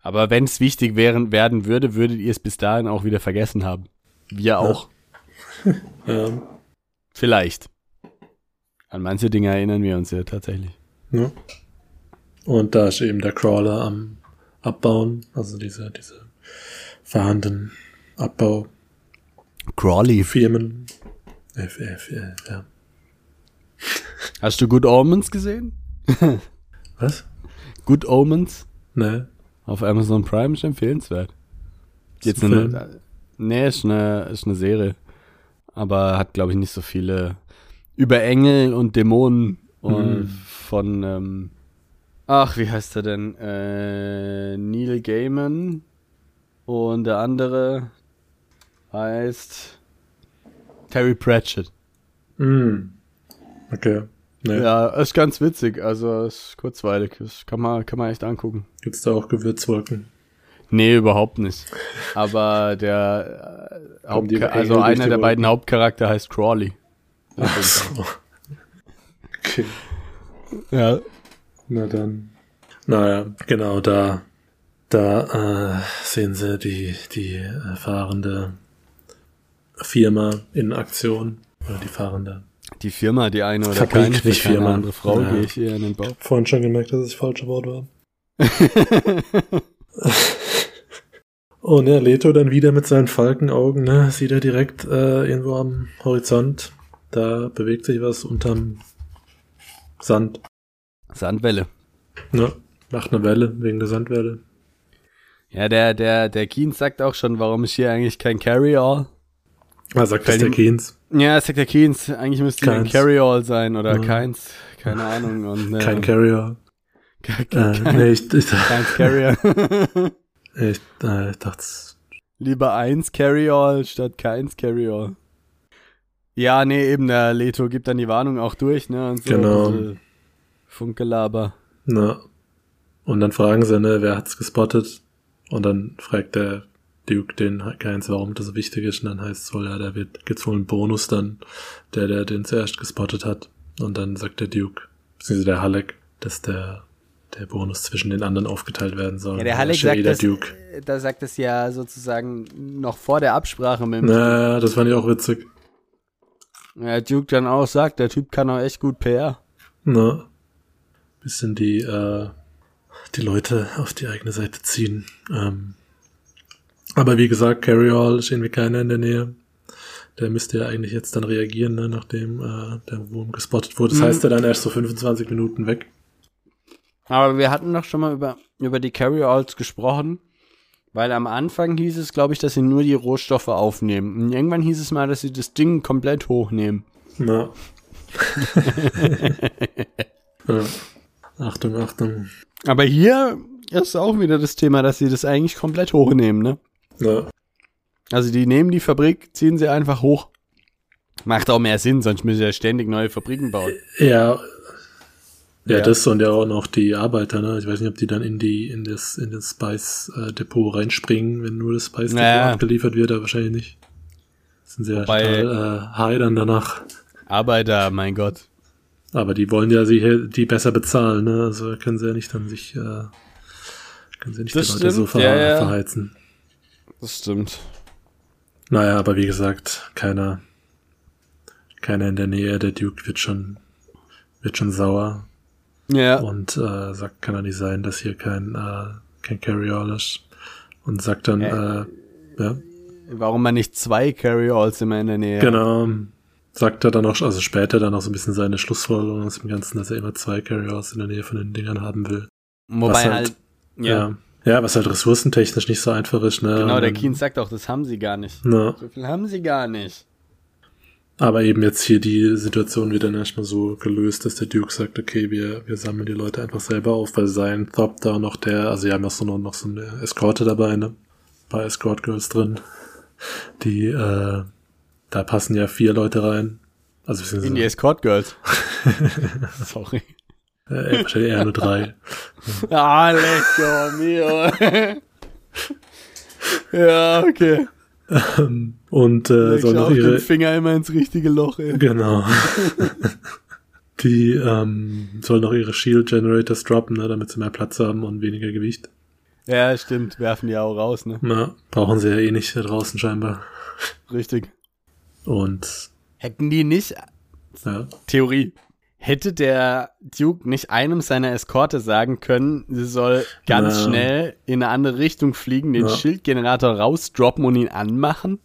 Speaker 2: Aber wenn es wichtig wären, werden würde, würdet ihr es bis dahin auch wieder vergessen haben. Wir auch.
Speaker 1: ähm,
Speaker 2: Vielleicht. An manche Dinge erinnern wir uns ja tatsächlich.
Speaker 1: Ja. Und da ist eben der Crawler am Abbauen, also diese, diese fahrenden Abbaufirmen.
Speaker 2: Crawley.
Speaker 1: F, F, F, ja.
Speaker 2: Hast du Good Omens gesehen?
Speaker 1: Was?
Speaker 2: Good Omens
Speaker 1: Ne?
Speaker 2: auf Amazon Prime ist empfehlenswert. Jetzt
Speaker 1: ein
Speaker 2: eine,
Speaker 1: Film?
Speaker 2: Nee, ist eine, ist eine Serie. Aber hat, glaube ich, nicht so viele über Engel und Dämonen und
Speaker 1: Hm.
Speaker 2: von ähm, Ach, wie heißt er denn? Äh, Neil Gaiman und der andere heißt Terry Pratchett.
Speaker 1: Mm. Okay. ne. Nee.
Speaker 2: Ja, ist ganz witzig, also ist kurzweilig, das kann man, kann man echt angucken.
Speaker 1: Gibt's da auch Gewürzwolken?
Speaker 2: Nee, überhaupt nicht. Aber der äh,
Speaker 1: Kommen die
Speaker 2: Hauptcha-
Speaker 1: Engel
Speaker 2: also
Speaker 1: durch
Speaker 2: einer
Speaker 1: die
Speaker 2: der
Speaker 1: Wolken?
Speaker 2: beiden Hauptcharakter heißt Crawley.
Speaker 1: Ach so. Okay.
Speaker 2: Ja.
Speaker 1: Na dann. Naja, genau, da, da äh, sehen sie die, die äh, fahrende Firma in Aktion. Oder die fahrende.
Speaker 2: Die Firma, die eine oder
Speaker 1: Fabrik,
Speaker 2: keine, für
Speaker 1: nicht
Speaker 2: keine
Speaker 1: Firma.
Speaker 2: andere Frau
Speaker 1: Ja.
Speaker 2: gehe ich eher in den Bauch.
Speaker 1: Vorhin schon gemerkt, dass es das falsche Wort war. Und ja, Oh, ne, Leto dann wieder mit seinen Falkenaugen, ne? Sieht er direkt äh, irgendwo am Horizont. Da bewegt sich was unterm Sand.
Speaker 2: Sandwelle.
Speaker 1: Ne? Macht eine Welle wegen der Sandwelle.
Speaker 2: Ja, der, der, der Keen sagt auch schon, warum ist hier eigentlich kein Carry-All?
Speaker 1: Ah, sagt das
Speaker 2: Fällt
Speaker 1: der
Speaker 2: ihm-
Speaker 1: Keynes.
Speaker 2: Ja, sagt der Keens, eigentlich müsste hier ein
Speaker 1: Keins.
Speaker 2: Carry-All sein oder
Speaker 1: Ja.
Speaker 2: keins, keine Ahnung. Und, äh,
Speaker 1: Kein Carrier.
Speaker 2: ke- ke-
Speaker 1: Äh, nee, ich, ich,
Speaker 2: keins Carrier.
Speaker 1: ich, äh, ich dachte,
Speaker 2: Lieber eins Carry-All statt keins Carry-All. Ja, nee, eben, der Leto gibt dann die Warnung auch durch, ne? Und so
Speaker 1: Genau.
Speaker 2: ein bisschen Funkelaber.
Speaker 1: Na. Und dann fragen sie, ne, wer hat's gespottet? Und dann fragt der Duke den Keins, warum das so wichtig ist. Und dann heißt es wohl, ja, da wird, gibt's wohl einen Bonus dann, der, der den zuerst gespottet hat. Und dann sagt der Duke, beziehungsweise der Halleck, dass der, der Bonus zwischen den anderen aufgeteilt werden soll.
Speaker 2: Ja, der Halleck
Speaker 1: schon eh
Speaker 2: sagt
Speaker 1: der
Speaker 2: das,
Speaker 1: Duke.
Speaker 2: äh, da sagt es ja sozusagen noch vor der Absprache mit dem
Speaker 1: Na, das fand ich auch witzig.
Speaker 2: Ja, Duke dann auch sagt, der Typ kann auch echt gut PR.
Speaker 1: Na. Bisschen die, äh, die Leute auf die eigene Seite ziehen. Ähm. Aber wie gesagt, Carry All ist irgendwie keiner in der Nähe. Der müsste ja eigentlich jetzt dann reagieren, ne, nachdem äh, der Wurm gespottet wurde. Das
Speaker 2: Mhm.
Speaker 1: heißt, er dann erst so 25 Minuten weg.
Speaker 2: Aber wir hatten doch schon mal über, über die Carry-Alls gesprochen, weil am Anfang hieß es, glaube ich, dass sie nur die Rohstoffe aufnehmen. Und irgendwann hieß es mal, dass sie das Ding komplett hochnehmen.
Speaker 1: Na. ja. Achtung, Achtung.
Speaker 2: Aber hier ist auch wieder das Thema, dass sie das eigentlich komplett hochnehmen, ne?
Speaker 1: Ja.
Speaker 2: Also die nehmen die Fabrik, ziehen sie einfach hoch. Macht auch mehr Sinn, sonst müssen sie ja ständig neue Fabriken bauen.
Speaker 1: Ja. Ja,
Speaker 2: Ja.
Speaker 1: das und ja auch noch die Arbeiter, ne? Ich weiß nicht, ob die dann in die, in das, in das Spice äh, Depot reinspringen, wenn nur das Spice Depot
Speaker 2: Naja.
Speaker 1: abgeliefert wird, aber wahrscheinlich nicht. Sind sehr
Speaker 2: Wobei-
Speaker 1: total äh, high dann danach.
Speaker 2: Arbeiter, mein Gott.
Speaker 1: Aber die wollen ja sie die besser bezahlen, ne? Also können sie ja nicht dann sich, äh, können sie nicht
Speaker 2: Das
Speaker 1: die Leute so
Speaker 2: stimmt,
Speaker 1: ver
Speaker 2: ja, ja.
Speaker 1: verheizen.
Speaker 2: Das stimmt.
Speaker 1: Naja, aber wie gesagt, keiner, keiner in der Nähe, der Duke wird schon, wird schon sauer.
Speaker 2: Ja.
Speaker 1: und äh, sagt, kann er nicht sein, dass hier kein, äh, kein Carry-All ist. Und sagt dann,
Speaker 2: Äh,
Speaker 1: äh, ja,
Speaker 2: Warum man nicht zwei Carry-Alls immer in der Nähe hat.
Speaker 1: genau, sagt er dann auch, also später dann auch so ein bisschen seine Schlussfolgerung aus dem Ganzen, dass er immer zwei Carry-Alls in der Nähe von den Dingern haben will. Was
Speaker 2: Wobei
Speaker 1: halt-
Speaker 2: halt, ja,
Speaker 1: ja. Ja, was halt ressourcentechnisch nicht so einfach ist, ne?
Speaker 2: genau,
Speaker 1: Und
Speaker 2: der
Speaker 1: dann-
Speaker 2: Keen sagt auch, das haben sie gar nicht.
Speaker 1: Na,
Speaker 2: So viel haben sie gar nicht.
Speaker 1: aber eben jetzt hier die Situation wird dann erstmal so gelöst, dass der Duke sagt, okay, wir, wir sammeln die Leute einfach selber auf, weil sein Thop da noch der, also ja, noch so, noch so eine Eskorte dabei, ne? Ein paar Escort Girls drin. Die, äh, da passen ja vier Leute rein. Also
Speaker 2: In die
Speaker 1: beziehungsweise,
Speaker 2: Escort Girls. Sorry.
Speaker 1: äh, wahrscheinlich eher nur drei.
Speaker 2: Ah, lecker, mio. ja, okay.
Speaker 1: Und äh,
Speaker 2: Leg
Speaker 1: sollen
Speaker 2: auch
Speaker 1: noch
Speaker 2: den
Speaker 1: ihre,
Speaker 2: Finger immer ins richtige Loch. Ey.
Speaker 1: Genau. Die ähm, sollen auch ihre Shield Generators droppen, ne, damit sie mehr Platz haben und weniger Gewicht.
Speaker 2: Ja, stimmt. Werfen die auch raus, ne?
Speaker 1: Na, brauchen sie ja eh nicht da draußen scheinbar.
Speaker 2: Richtig.
Speaker 1: Und
Speaker 2: Hätten die nicht,
Speaker 1: ja,
Speaker 2: Theorie, hätte der Duke nicht einem seiner Eskorte sagen können, sie soll ganz
Speaker 1: Na.
Speaker 2: schnell in eine andere Richtung fliegen, den
Speaker 1: Na.
Speaker 2: Schildgenerator rausdroppen und ihn anmachen?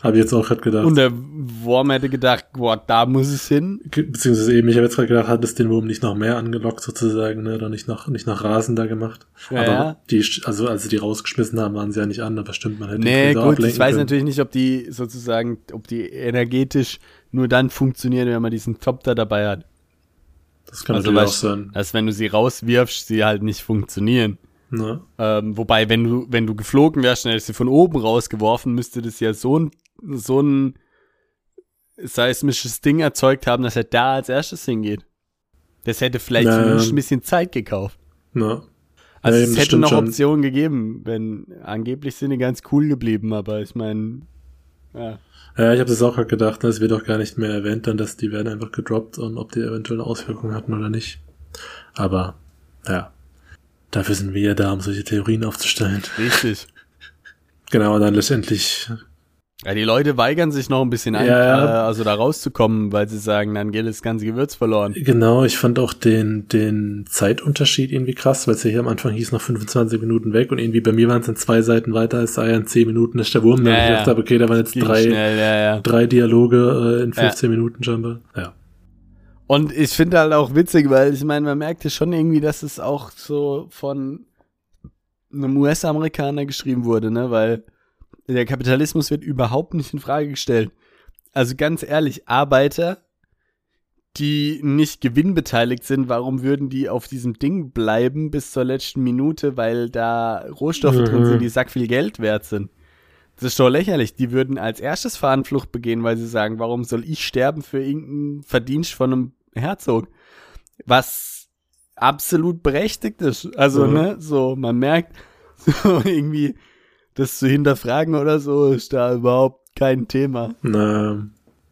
Speaker 1: Habe ich jetzt auch gerade gedacht.
Speaker 2: Und der Wurm hätte gedacht, boah, da muss es hin.
Speaker 1: Beziehungsweise eben, ich habe jetzt gerade gedacht, hat es den Wurm nicht noch mehr angelockt sozusagen, ne? Oder nicht noch, nicht noch rasender gemacht.
Speaker 2: Ja,
Speaker 1: aber
Speaker 2: ja.
Speaker 1: die, also als sie die rausgeschmissen haben, waren sie ja nicht an, aber stimmt, man hätte die
Speaker 2: Nee,
Speaker 1: Köder
Speaker 2: gut,
Speaker 1: ablenken
Speaker 2: ich weiß
Speaker 1: können.
Speaker 2: natürlich nicht, ob die sozusagen, ob die energetisch nur dann funktionieren, wenn man diesen Top da dabei hat.
Speaker 1: Das kann
Speaker 2: also
Speaker 1: natürlich auch
Speaker 2: weißt,
Speaker 1: sein.
Speaker 2: dass wenn du sie rauswirfst, sie halt nicht funktionieren.
Speaker 1: Ne?
Speaker 2: Ähm, wobei, wenn du, wenn du geflogen wärst, dann hättest du sie von oben rausgeworfen, müsste das ja so ein, so ein seismisches Ding erzeugt haben, dass er da als erstes hingeht. Das hätte vielleicht
Speaker 1: Naja.
Speaker 2: zumindest ein bisschen Zeit gekauft.
Speaker 1: Ne?
Speaker 2: Also es
Speaker 1: Ja, eben, ähm, das
Speaker 2: hätte
Speaker 1: stimmt
Speaker 2: noch
Speaker 1: schon.
Speaker 2: Optionen gegeben, wenn angeblich sind die ganz cool geblieben, aber ich meine, ja.
Speaker 1: Ja, ich habe das auch gerade gedacht, ne? es wird auch gar nicht mehr erwähnt, dann dass die werden einfach gedroppt und ob die eventuell eine Auswirkung hatten oder nicht. Aber, ja. Dafür sind wir ja da, um solche Theorien aufzustellen.
Speaker 2: Richtig.
Speaker 1: Genau, und dann letztendlich,
Speaker 2: Ja, die Leute weigern sich noch ein bisschen, ein,
Speaker 1: Ja.
Speaker 2: äh, also da rauszukommen, weil sie sagen, dann geht das ganze Gewürz verloren.
Speaker 1: genau, ich fand auch den, den Zeitunterschied irgendwie krass, weil es ja hier am Anfang hieß noch 25 Minuten weg und irgendwie bei mir waren es dann zwei Seiten weiter, es sei ja in 10 Minuten, ist der Wurm.
Speaker 2: Ja,
Speaker 1: Ja, ich
Speaker 2: ja.
Speaker 1: dachte, okay, da waren jetzt
Speaker 2: Ging
Speaker 1: drei,
Speaker 2: schnell, ja, ja.
Speaker 1: drei Dialoge äh, in
Speaker 2: Ja.
Speaker 1: 15 Minuten scheinbar. Ja.
Speaker 2: Und ich finde halt auch witzig, weil ich meine, man merkt ja schon irgendwie, dass es auch so von einem US-Amerikaner geschrieben wurde, ne? Weil der Kapitalismus wird überhaupt nicht in Frage gestellt. Also ganz ehrlich, Arbeiter, die nicht gewinnbeteiligt sind, warum würden die auf diesem Ding bleiben bis zur letzten Minute, weil da Rohstoffe
Speaker 1: Mhm.
Speaker 2: drin sind, die sack viel Geld wert sind? Das ist doch lächerlich. Die würden als erstes Fahnenflucht begehen, weil sie sagen, warum soll ich sterben für irgendeinen Verdienst von einem Herzog? Was absolut berechtigt ist. Also,
Speaker 1: Mhm.
Speaker 2: ne, so, man merkt, so irgendwie, das zu hinterfragen oder so, ist da überhaupt kein Thema.
Speaker 1: Na,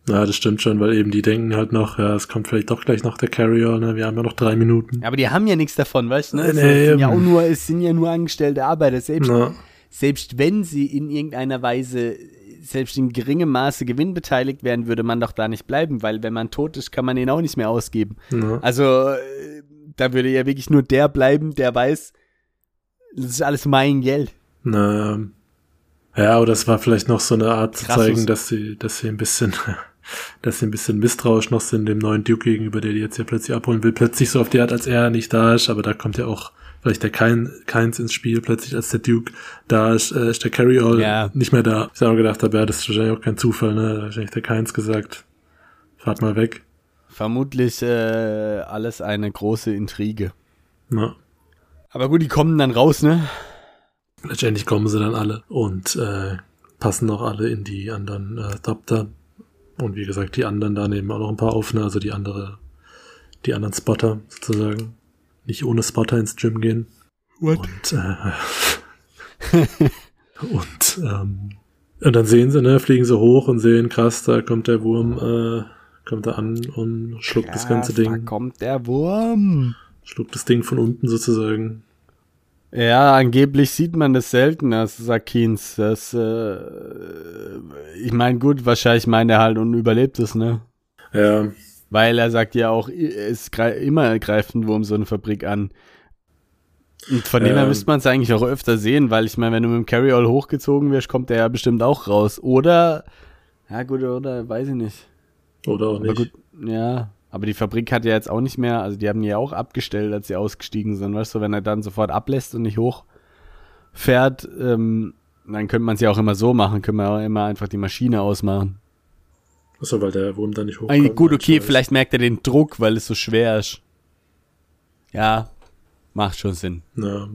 Speaker 1: na, das stimmt schon, weil eben die denken halt noch, ja, es kommt vielleicht doch gleich noch der Carrier, ne? wir haben ja noch drei Minuten.
Speaker 2: Aber die haben ja nichts davon, weißt du? Ne?
Speaker 1: Nee,
Speaker 2: so, es, sind
Speaker 1: eben. Mhm.
Speaker 2: ja auch nur, es sind ja nur angestellte Arbeiter. Selbst,
Speaker 1: Na,
Speaker 2: selbst wenn sie in irgendeiner Weise, selbst in geringem Maße Gewinn beteiligt wären, würde man doch da nicht bleiben, weil wenn man tot ist, kann man ihn auch nicht mehr ausgeben.
Speaker 1: na,
Speaker 2: Also, äh, da würde ja wirklich nur der bleiben, der weiß, das ist alles mein Geld.
Speaker 1: na. Ja, oder es war vielleicht noch so eine Art zu
Speaker 2: Krasses.
Speaker 1: zeigen, dass sie, dass sie ein bisschen, dass sie ein bisschen misstrauisch noch sind dem neuen Duke gegenüber, der die jetzt ja plötzlich abholen will. Plötzlich so auf die Art, als er nicht da ist, aber da kommt ja auch vielleicht der Kein, Keins ins Spiel. Plötzlich, als der Duke da ist, äh, ist der Carry-All
Speaker 2: Ja.
Speaker 1: nicht mehr da. Ich habe gedacht, habe, ja, das ist wahrscheinlich auch kein Zufall, ne? Da hat wahrscheinlich der Keins gesagt, fahrt mal weg.
Speaker 2: Vermutlich äh, alles eine große Intrige.
Speaker 1: Na.
Speaker 2: Aber gut, die kommen dann raus, ne?
Speaker 1: Letztendlich kommen sie dann alle und äh, passen auch alle in die anderen äh, Adapter. Und wie gesagt, die anderen da nehmen auch noch ein paar auf, ne? also die andere, die anderen Spotter sozusagen. Nicht ohne Spotter ins Gym gehen.
Speaker 2: What?
Speaker 1: Und, äh, und, ähm, und dann sehen sie, ne, fliegen sie hoch und sehen, krass, da kommt der Wurm, äh, kommt er an und schluckt das ganze
Speaker 2: Da
Speaker 1: Ding.
Speaker 2: kommt der Wurm.
Speaker 1: Schluckt das Ding von unten sozusagen.
Speaker 2: Ja, angeblich sieht man das seltener, Sakins. Das, äh, ich meine, gut, wahrscheinlich meint er halt und überlebt es, ne?
Speaker 1: Ja,
Speaker 2: Weil er sagt ja auch, i- es grei immer greift ein Wurm so eine Fabrik an. Und von dem her
Speaker 1: Ähm.
Speaker 2: müsste man es eigentlich auch öfter sehen, weil ich meine, wenn du mit dem Carry-All hochgezogen wirst, kommt der ja bestimmt auch raus. Oder, ja gut, oder, weiß ich nicht.
Speaker 1: oder auch
Speaker 2: Aber
Speaker 1: nicht.
Speaker 2: gut, ja. Aber die Fabrik hat ja jetzt auch nicht mehr, also die haben die ja auch abgestellt, als sie ausgestiegen sind, weißt du, wenn er dann sofort ablässt und nicht hochfährt, ähm, dann könnte man es ja auch immer so machen, können wir auch immer einfach die Maschine ausmachen.
Speaker 1: Achso, weil der Wurm da nicht hochkommt.
Speaker 2: Eigentlich gut,
Speaker 1: Oh Nein,
Speaker 2: okay,
Speaker 1: scheiße.
Speaker 2: vielleicht merkt er den Druck, weil es so schwer ist. Ja, macht schon Sinn.
Speaker 1: Ja.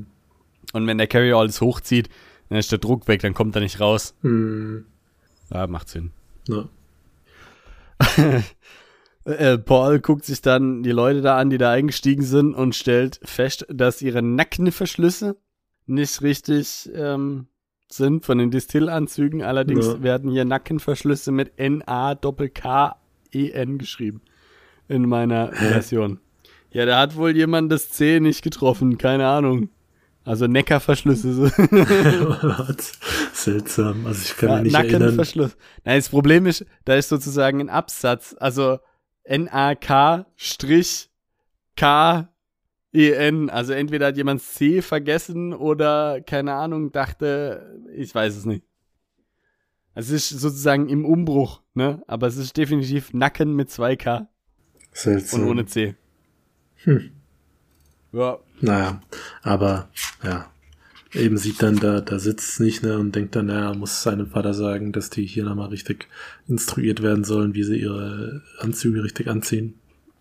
Speaker 2: Und wenn der Carry-All es hochzieht, dann ist der Druck weg, dann kommt er nicht raus.
Speaker 1: Mm,
Speaker 2: Ja, macht Sinn.
Speaker 1: ja.
Speaker 2: Äh, Paul guckt sich dann die Leute da an, die da eingestiegen sind und stellt fest, dass ihre Nackenverschlüsse nicht richtig ähm, sind von den Distillanzügen. Allerdings
Speaker 1: Ja.
Speaker 2: werden hier Nackenverschlüsse mit N-A-K-E-N E geschrieben in meiner Version. Ja, da hat wohl jemand das C nicht getroffen, keine Ahnung. Also Neckarverschlüsse. so.
Speaker 1: Was? Seltsam. Also ich kann
Speaker 2: Ja,
Speaker 1: mich nicht erinnern.
Speaker 2: Nackenverschluss. Nein, das Problem ist, da ist sozusagen ein Absatz, also N-A-K-K-E-N. Also entweder hat jemand C vergessen oder, keine Ahnung, dachte, ich weiß es nicht. Es ist sozusagen im Umbruch, ne? Aber es ist definitiv Nacken mit 2K
Speaker 1: Seltsam.
Speaker 2: und ohne C.
Speaker 1: Hm.
Speaker 2: Ja,
Speaker 1: Naja, aber ja. Eben sieht dann, da, da sitzt nicht ne, und denkt dann, naja, muss seinem Vater sagen, dass die hier nochmal richtig instruiert werden sollen, wie sie ihre Anzüge richtig anziehen.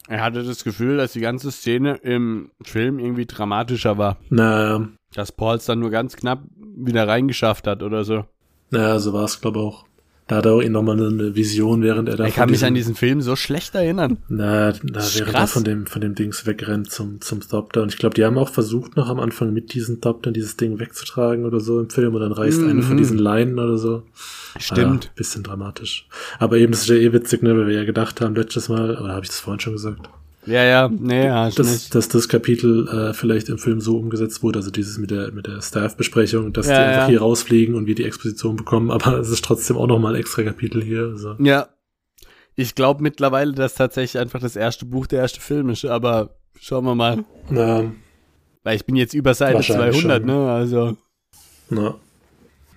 Speaker 2: er hatte das Gefühl, dass die ganze Szene im Film irgendwie dramatischer war.
Speaker 1: Naja,
Speaker 2: Dass Paul es dann nur ganz knapp wieder reingeschafft hat oder so.
Speaker 1: naja so war es, glaube ich, auch. Da hat er auch eh nochmal eine Vision, während er da
Speaker 2: Ich
Speaker 1: von
Speaker 2: kann mich
Speaker 1: diesem-
Speaker 2: an diesen Film so schlecht erinnern.
Speaker 1: Na, na
Speaker 2: ist
Speaker 1: während er
Speaker 2: krass.
Speaker 1: von dem, von dem Dings wegrennt zum, zum Stopter. Und ich glaube, die haben auch versucht, noch am Anfang mit diesem Stopter dieses Ding wegzutragen oder so im Film. Und dann reißt eine von
Speaker 2: Mhm.
Speaker 1: diesen Leinen oder so.
Speaker 2: Stimmt.
Speaker 1: Ja, bisschen dramatisch. Aber eben, das ist ja eh witzig, ne, weil wir ja gedacht haben letztes Mal, oder habe ich das vorhin schon gesagt,
Speaker 2: Ja, ja, nee, ja, hast
Speaker 1: dass,
Speaker 2: nicht.
Speaker 1: dass das Kapitel äh, vielleicht im Film so umgesetzt wurde, also dieses mit der, mit der Staff-Besprechung, dass
Speaker 2: Ja,
Speaker 1: die einfach
Speaker 2: ja.
Speaker 1: hier rausfliegen und wir die Exposition bekommen. Aber es ist trotzdem auch nochmal ein extra Kapitel hier. Also.
Speaker 2: Ja. Ich glaube mittlerweile, dass tatsächlich einfach das erste Buch der erste Film ist, aber schauen wir mal.
Speaker 1: Na,
Speaker 2: Weil ich bin jetzt über Seite
Speaker 1: Wahrscheinlich
Speaker 2: 200,
Speaker 1: schon.
Speaker 2: ne? Also.
Speaker 1: Ja.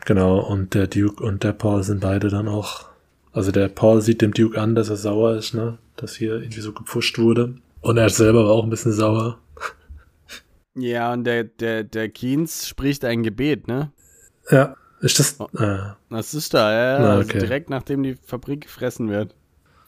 Speaker 1: Genau, und der Duke und der Paul sind beide dann auch. Also der Paul sieht dem Duke an, dass er sauer ist, ne? Dass hier irgendwie so gepfuscht wurde. Und er ist selber aber auch ein bisschen sauer.
Speaker 2: Ja, und der, der, der Keynes spricht ein Gebet, ne?
Speaker 1: Ja. Ist
Speaker 2: Oh.
Speaker 1: das. Äh,
Speaker 2: Das ist da, ja, ja,
Speaker 1: Na,
Speaker 2: also
Speaker 1: okay.
Speaker 2: direkt nachdem die Fabrik gefressen wird.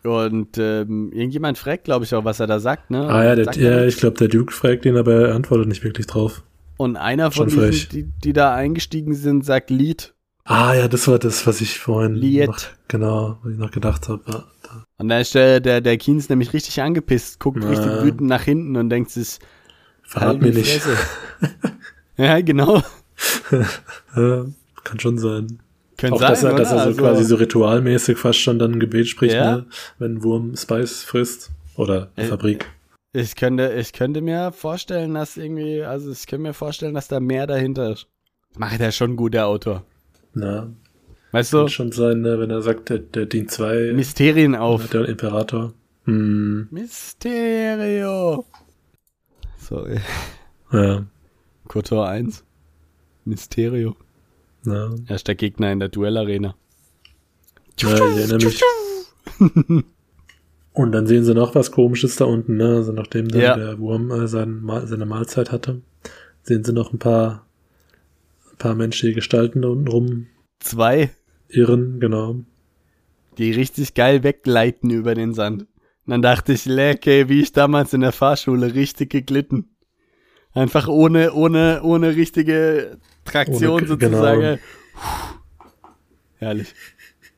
Speaker 2: Und ähm, irgendjemand fragt, glaube ich, auch, was er da sagt, ne?
Speaker 1: ah ja, der,
Speaker 2: Sagt er
Speaker 1: ja
Speaker 2: nichts.
Speaker 1: ich glaube, der Duke fragt ihn, aber er antwortet nicht wirklich drauf.
Speaker 2: Und einer
Speaker 1: schon
Speaker 2: von
Speaker 1: frech.
Speaker 2: diesen, die, die da eingestiegen sind, sagt Lied.
Speaker 1: Ah ja, das war das, was ich vorhin
Speaker 2: Liet.
Speaker 1: noch, genau, was ich noch gedacht habe. Ja, da-
Speaker 2: Und da ist der, der, der Keynes nämlich richtig angepisst, guckt
Speaker 1: Na.
Speaker 2: richtig wütend nach hinten und denkt sich, halt
Speaker 1: Verrat
Speaker 2: die
Speaker 1: mir nicht.
Speaker 2: Fresse. ja, genau.
Speaker 1: Ja, Kann schon sein.
Speaker 2: Könnte
Speaker 1: Auch
Speaker 2: sein,
Speaker 1: dass er,
Speaker 2: oder?
Speaker 1: dass er so
Speaker 2: Also,
Speaker 1: quasi so ritualmäßig fast schon dann ein Gebet spricht,
Speaker 2: Ja.
Speaker 1: ne? wenn ein Wurm Spice frisst. Oder
Speaker 2: Äh,
Speaker 1: Fabrik.
Speaker 2: Ich könnte, ich könnte mir vorstellen, dass irgendwie, also ich könnte mir vorstellen, dass da mehr dahinter ist. Macht er schon gut, der Autor.
Speaker 1: Na,
Speaker 2: Weißt
Speaker 1: kann
Speaker 2: du,
Speaker 1: schon sein, ne, wenn er sagt, der, der dient zwei,
Speaker 2: Mysterien auf.
Speaker 1: hat der Imperator. Hm,
Speaker 2: Mysterio. Sorry.
Speaker 1: ja,
Speaker 2: Kotor 1. Mysterio.
Speaker 1: na,
Speaker 2: Er ist der Gegner in der Duellarena.
Speaker 1: na, ich erinnere mich. Und dann sehen sie noch was Komisches da unten, ne? Also nachdem dann
Speaker 2: Ja.
Speaker 1: der Wurm äh, seinen, Ma- seine Mahlzeit hatte, sehen sie noch ein paar, ein paar menschliche Gestalten da unten rum
Speaker 2: Zwei,
Speaker 1: irren, genau.
Speaker 2: die richtig geil wegleiten über den Sand. Und dann dachte ich, lecke, wie ich damals in der Fahrschule richtig geglitten. Einfach ohne, ohne, ohne richtige Traktion
Speaker 1: Ohne- genau.
Speaker 2: sozusagen. Puh. Herrlich.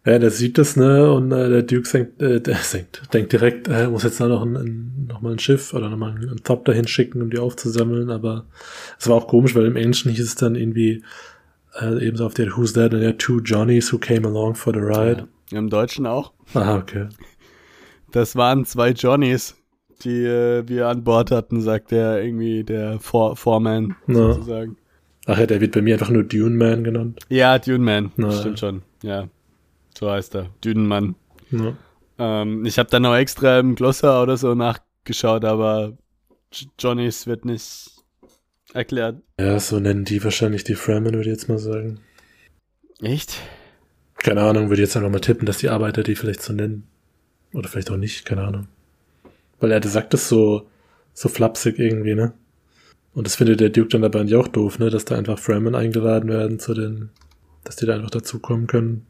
Speaker 1: Ja, der sieht das, ne? Und äh, der Duke senkt, äh, der senkt, denkt direkt, äh, muss jetzt da noch, ein, ein, noch mal ein Schiff oder noch mal ein, ein Top dahin schicken, um die aufzusammeln. Aber es war auch komisch, weil im Englischen hieß es dann irgendwie äh, ebenso auf der Who's That and der Two Johnnies who came along for the ride.
Speaker 2: Im Deutschen auch.
Speaker 1: Ah, okay.
Speaker 2: Das waren zwei Johnnies, die äh, wir an Bord hatten, sagt der irgendwie der Vor Foreman
Speaker 1: Na.
Speaker 2: sozusagen.
Speaker 1: Ach ja, der wird bei mir einfach nur Dune Man genannt.
Speaker 2: Ja, Dune Man,
Speaker 1: Na.
Speaker 2: stimmt schon. Ja, so heißt er, Dünenmann.
Speaker 1: Ja.
Speaker 2: Ähm, ich habe dann noch extra im Glossar oder so nachgeschaut, aber J Johnnies wird nicht erklärt.
Speaker 1: ja, so nennen die wahrscheinlich die Fremen, würde ich jetzt mal sagen.
Speaker 2: Echt?
Speaker 1: Keine Ahnung, würde ich jetzt einfach mal tippen, dass die Arbeiter die vielleicht so nennen. Oder vielleicht auch nicht, keine Ahnung. Weil er sagt das so, so flapsig irgendwie, ne? Und das findet der Duke dann dabei eigentlich auch doof, ne? Dass da einfach Fremen eingeladen werden zu den, dass die da einfach dazukommen können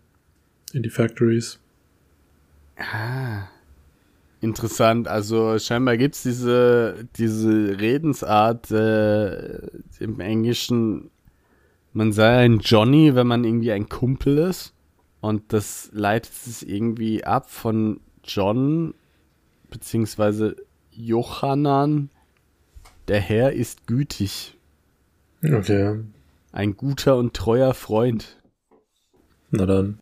Speaker 1: in die Factories.
Speaker 2: Ah. Interessant, also scheinbar gibt's diese, diese Redensart äh, im Englischen, man sei ein Johnny, wenn man irgendwie ein Kumpel ist. Und das leitet sich irgendwie ab von John, beziehungsweise Johannan. Der Herr ist gütig,
Speaker 1: Okay.
Speaker 2: ein guter und treuer Freund.
Speaker 1: Na dann.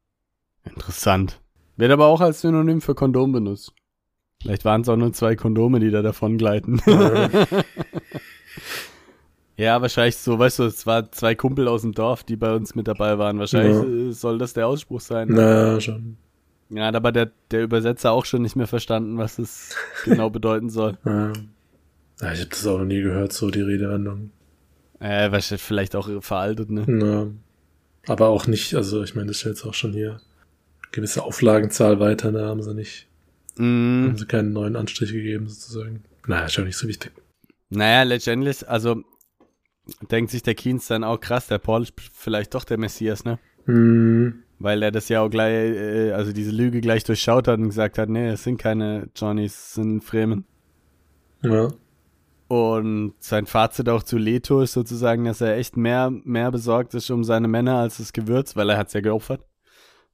Speaker 2: Interessant. Wird aber auch als Synonym für Kondom benutzt. Vielleicht waren es auch nur zwei Kondome, die da davon gleiten.
Speaker 1: Äh,
Speaker 2: ja, wahrscheinlich so, weißt du, es waren zwei Kumpel aus dem Dorf, die bei uns mit dabei waren. Wahrscheinlich äh, soll das der Ausspruch sein.
Speaker 1: na, schon.
Speaker 2: Ja, hat aber der, der Übersetzer auch schon nicht mehr verstanden, was es genau bedeuten soll.
Speaker 1: Äh. Ja, ich habe das auch noch nie gehört, so die Redewendung.
Speaker 2: Äh, wahrscheinlich vielleicht auch veraltet, ne?
Speaker 1: Na. Aber auch nicht, also ich meine, das ist ja jetzt auch schon hier gewisse Auflagenzahl weiter, da haben sie nicht,
Speaker 2: Mm,
Speaker 1: haben sie keinen neuen Anstrich gegeben, sozusagen. Naja, ist ja nicht so wichtig.
Speaker 2: naja, letztendlich, also denkt sich der Keynes dann auch krass, der Paul ist vielleicht doch der Messias, ne?
Speaker 1: Hm,
Speaker 2: Weil er das ja auch gleich, äh, also diese Lüge gleich durchschaut hat und gesagt hat, nee, es sind keine Johnnies, es sind Fremen.
Speaker 1: ja.
Speaker 2: Und sein Fazit auch zu Leto ist sozusagen, dass er echt mehr, mehr besorgt ist um seine Männer als das Gewürz, weil er hat's ja geopfert.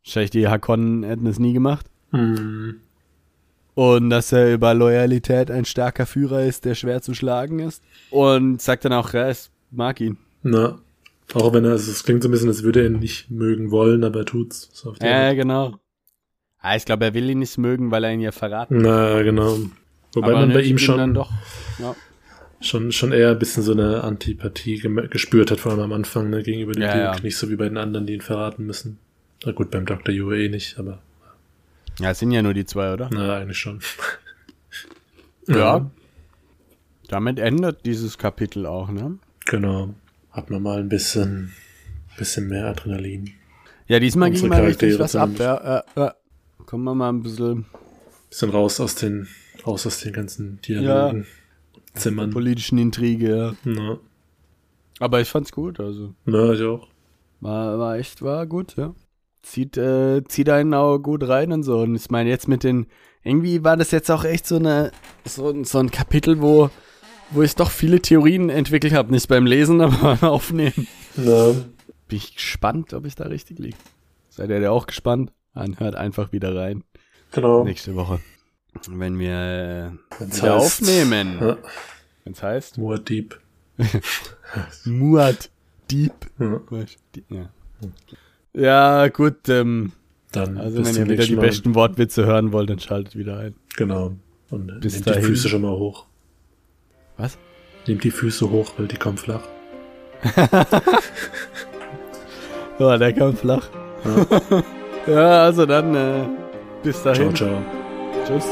Speaker 2: Wahrscheinlich die Hakonnen hätten es nie gemacht.
Speaker 1: Hm,
Speaker 2: Und dass er über Loyalität ein starker Führer ist, der schwer zu schlagen ist. Und sagt dann auch, ja, ich mag ihn.
Speaker 1: na. Auch wenn er, also es klingt so ein bisschen, als würde er ihn nicht mögen wollen, aber er tut's. So auf die
Speaker 2: Ja,
Speaker 1: Art.
Speaker 2: genau. Ah, ich glaube, er will ihn nicht mögen, weil er ihn ja verraten.
Speaker 1: Na, genau. Wobei
Speaker 2: Aber
Speaker 1: man bei
Speaker 2: nötigt
Speaker 1: ihm
Speaker 2: ihn Dann
Speaker 1: schon,
Speaker 2: doch. Ja,
Speaker 1: schon, schon eher ein bisschen so eine Antipathie gem- gespürt hat, vor allem am Anfang, ne, gegenüber dem
Speaker 2: Ja,
Speaker 1: Duke.
Speaker 2: ja.
Speaker 1: Nicht so wie bei den anderen, die ihn verraten müssen. Na gut, beim Dr. Yue eh nicht, aber
Speaker 2: ja es sind ja nur die zwei, oder?
Speaker 1: na, eigentlich schon.
Speaker 2: Ja. Damit endet dieses Kapitel auch, ne?
Speaker 1: Genau. Hat man mal ein bisschen, bisschen mehr Adrenalin.
Speaker 2: Ja, diesmal
Speaker 1: Unsere
Speaker 2: ging mal richtig
Speaker 1: Charaktere
Speaker 2: was ab.
Speaker 1: zumindest.
Speaker 2: Ja, ja, ja. Kommen wir mal ein bisschen
Speaker 1: Bisschen raus aus den, raus aus den ganzen Dialogen. Zimmern.
Speaker 2: politischen Intrige, ja.
Speaker 1: Na,
Speaker 2: Aber ich fand's gut, also.
Speaker 1: na, Ne, ich auch.
Speaker 2: War, war echt, war gut, ja. Zieht, äh, zieht einen auch gut rein und so. Und ich meine, jetzt mit den. Irgendwie war das jetzt auch echt so eine so, ein- so ein Kapitel, wo, wo ich doch viele Theorien entwickelt habe. Nicht beim Lesen, aber beim Aufnehmen.
Speaker 1: Na,
Speaker 2: Bin ich gespannt, ob ich da richtig liege. Seid ihr da auch gespannt? Dann hört einfach wieder rein.
Speaker 1: genau.
Speaker 2: Nächste Woche. Wenn wir äh,
Speaker 1: Wenn's
Speaker 2: wieder
Speaker 1: heißt.
Speaker 2: aufnehmen.
Speaker 1: Ja,
Speaker 2: Wenn's heißt.
Speaker 1: Moor Deep.
Speaker 2: Muad Deep.
Speaker 1: Ja,
Speaker 2: Ja, ja gut. Ähm,
Speaker 1: dann
Speaker 2: also,
Speaker 1: bis
Speaker 2: wenn
Speaker 1: zum
Speaker 2: ihr wieder
Speaker 1: nächsten
Speaker 2: die
Speaker 1: Mal.
Speaker 2: besten Wortwitze hören wollt, dann schaltet wieder ein.
Speaker 1: Genau. Und
Speaker 2: Bis
Speaker 1: nehmt
Speaker 2: dahin.
Speaker 1: die Füße schon mal hoch.
Speaker 2: Was?
Speaker 1: Nehmt die Füße hoch, weil die kommen flach.
Speaker 2: Ja, der kam flach. Ja, also dann. Äh, bis
Speaker 1: Ciao,
Speaker 2: dahin.
Speaker 1: ciao.
Speaker 2: Tschüss.